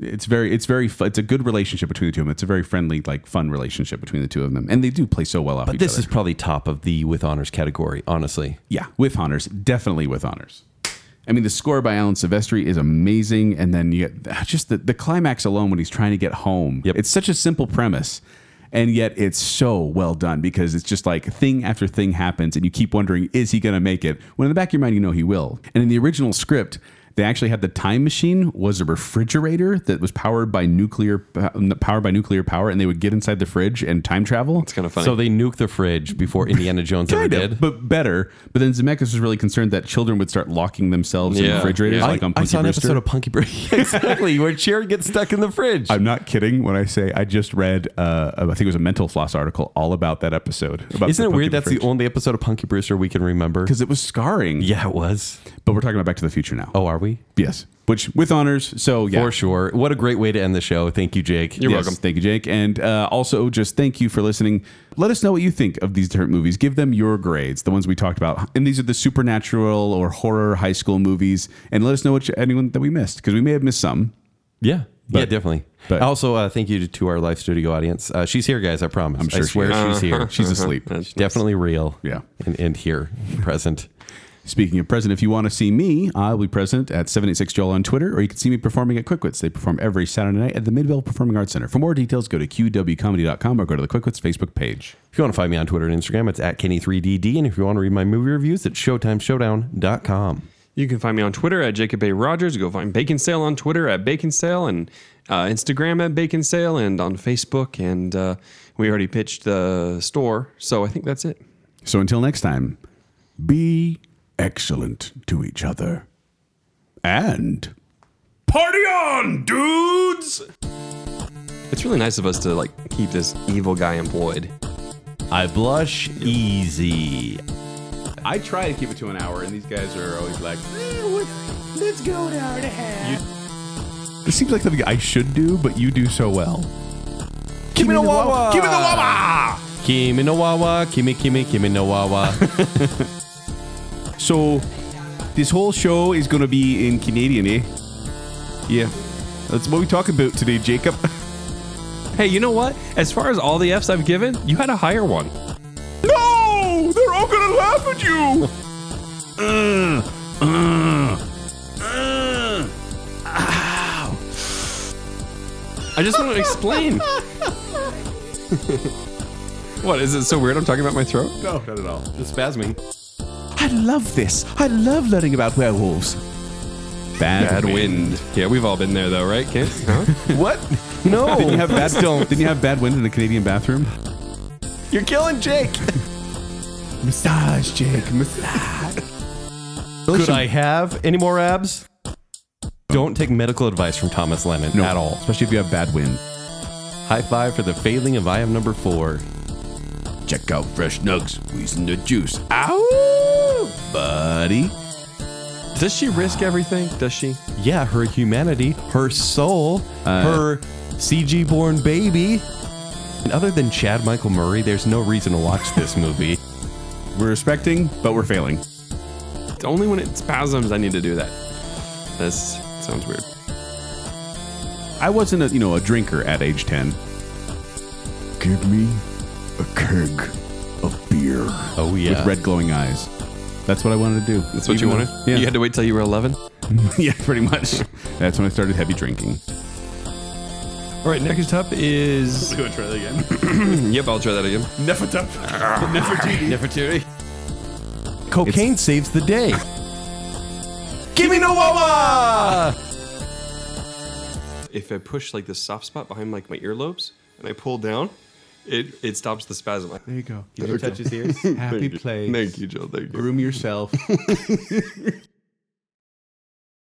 B: It's very, it's very, fu- it's a good relationship between the two of them. It's a very friendly, like fun relationship between the two of them, and they do play so well off.
D: But
B: each
D: this
B: other.
D: is probably top of the with honors category, honestly.
B: Yeah, with honors, definitely with honors. I mean, the score by Alan Silvestri is amazing, and then you get just the, (sighs) the climax alone when he's trying to get home.
D: Yep.
B: It's such a simple premise, and yet it's so well done because it's just like thing after thing happens, and you keep wondering, is he going to make it? When in the back of your mind, you know he will. And in the original script, they actually had the time machine was a refrigerator that was powered by nuclear uh, powered by nuclear power, and they would get inside the fridge and time travel.
C: It's kind of funny.
D: So they nuke the fridge before Indiana Jones ever
B: Kind of,
D: did.
B: but better. But then Zemeckis was really concerned that children would start locking themselves in
C: Yeah,
B: refrigerators,
C: yeah.
B: like
D: I,
B: on
D: I
B: Punky
D: saw an
B: Brewster.
D: episode of Punky Brewster. (laughs) exactly, where Cherry gets stuck in the fridge.
B: I'm not kidding when I say I just read. Uh, I think it was a Mental Floss article all about that episode. About
D: Isn't it weird that's the only episode of Punky Brewster we can remember?
B: because it was scarring.
D: Yeah, it was.
B: but we're talking about Back to the Future now.
D: Oh, are we?
B: yes, which with honors. So yeah,
D: For sure. What a great way to end the show. Thank you, Jake.
C: You're
B: Yes,
C: welcome.
B: Thank you, Jake. And uh, also, just thank you for listening. Let us know what you think of these different movies. Give them your grades, the ones we talked about. And these are the supernatural or horror high school movies. And let us know what you, anyone that we missed because we may have missed some.
D: Yeah. yeah,
B: But-
D: definitely.
B: but-
D: also, uh, thank you to, to our live studio audience. Uh, she's here, guys. I promise.
B: I'm sure
D: I
B: she
D: swear
B: is. Uh-huh.
D: she's here.
B: She's asleep.
D: She's definitely real.
B: Yeah.
D: And, and here, present.
B: Speaking of present, if you want to see me, I'll be present at 786 Joel on Twitter, or you can see me performing at QuickWits. They perform every Saturday night at the Midvale Performing Arts Center. For more details, go to qwcomedy.com or go to the QuickWits Facebook page.
D: If you want to find me on Twitter and Instagram, it's at Kenny3DD. And if you want to read my movie reviews, it's ShowtimeShowdown.com.
C: You can find me on Twitter at Jacob A. Rogers. Go find Bacon Sale on Twitter at Bacon Sale and uh, Instagram at Bacon Sale and on Facebook. And uh, we already pitched the store, so I think that's it.
B: So until next time, be excellent to each other. And party on, dudes!
C: It's really nice of us to like keep this evil guy employed.
D: I blush easy.
B: I try to keep it to an hour, and these guys are always like, "Eh, let's go an hour and a half. This seems like something I should do, but you do so well. Give me the wawa! Give me the wawa!
D: Kimi no wawa, kimi kimi kimi no wawa.
B: So, this whole show is going to be in Canadian, eh? Yeah. That's what we talk about today, Jacob. (laughs)
C: Hey, you know what? As far as all the F's I've given, you had a higher one.
B: No! They're all going to laugh at you! (laughs) uh, uh, uh.
C: I just want to explain. what is it so weird? I'm talking about my throat.
B: No, not at all.
D: It's spasming.
B: I love this. I love learning about werewolves. Bad,
C: Bad wind. Yeah, we've all been there though, right, Kent? Huh?
B: (laughs)
D: What? No.
B: Didn't you have (laughs) bad don't. Didn't you have bad wind in the Canadian bathroom?
D: You're
B: (laughs)
D: killing Jake.
B: Massage, Jake.
D: Could I have any more abs? Don't take medical advice from Thomas Lennon
B: No,
D: at all.
B: Especially if you have bad wind.
D: High five for the failing of I am number four.
B: Check out fresh nugs, squeezing the juice. Ow, buddy.
C: Does she risk everything? Does she?
D: Yeah, her humanity, her soul, her CG born baby. And other than Chad Michael Murray, there's no reason to watch this movie.
B: We're respecting, but we're failing.
C: Only when it spasms I need to do that. This sounds weird.
B: I wasn't a you know a drinker at age ten. Give me a keg of beer
D: Oh, yeah.
B: with red glowing eyes. That's what I wanted to do.
C: That's what you wanted?
B: Yeah.
C: You had to wait till you were 11?
B: yeah, (laughs) pretty much. That's when I started heavy drinking.
C: All right, next up is.
B: Do it, try that again.
C: Yep, I'll try that again.
B: (laughs) Nefertiti.
C: Nefertiti.
D: Cocaine saves the day. Give me no wawa!
C: If I push like this soft spot behind like my earlobes and I pull down, it, it stops the spasm. There you go.
B: Touch his ears. Happy place.
C: Thank you, Joe. Thank you.
B: Groom yourself.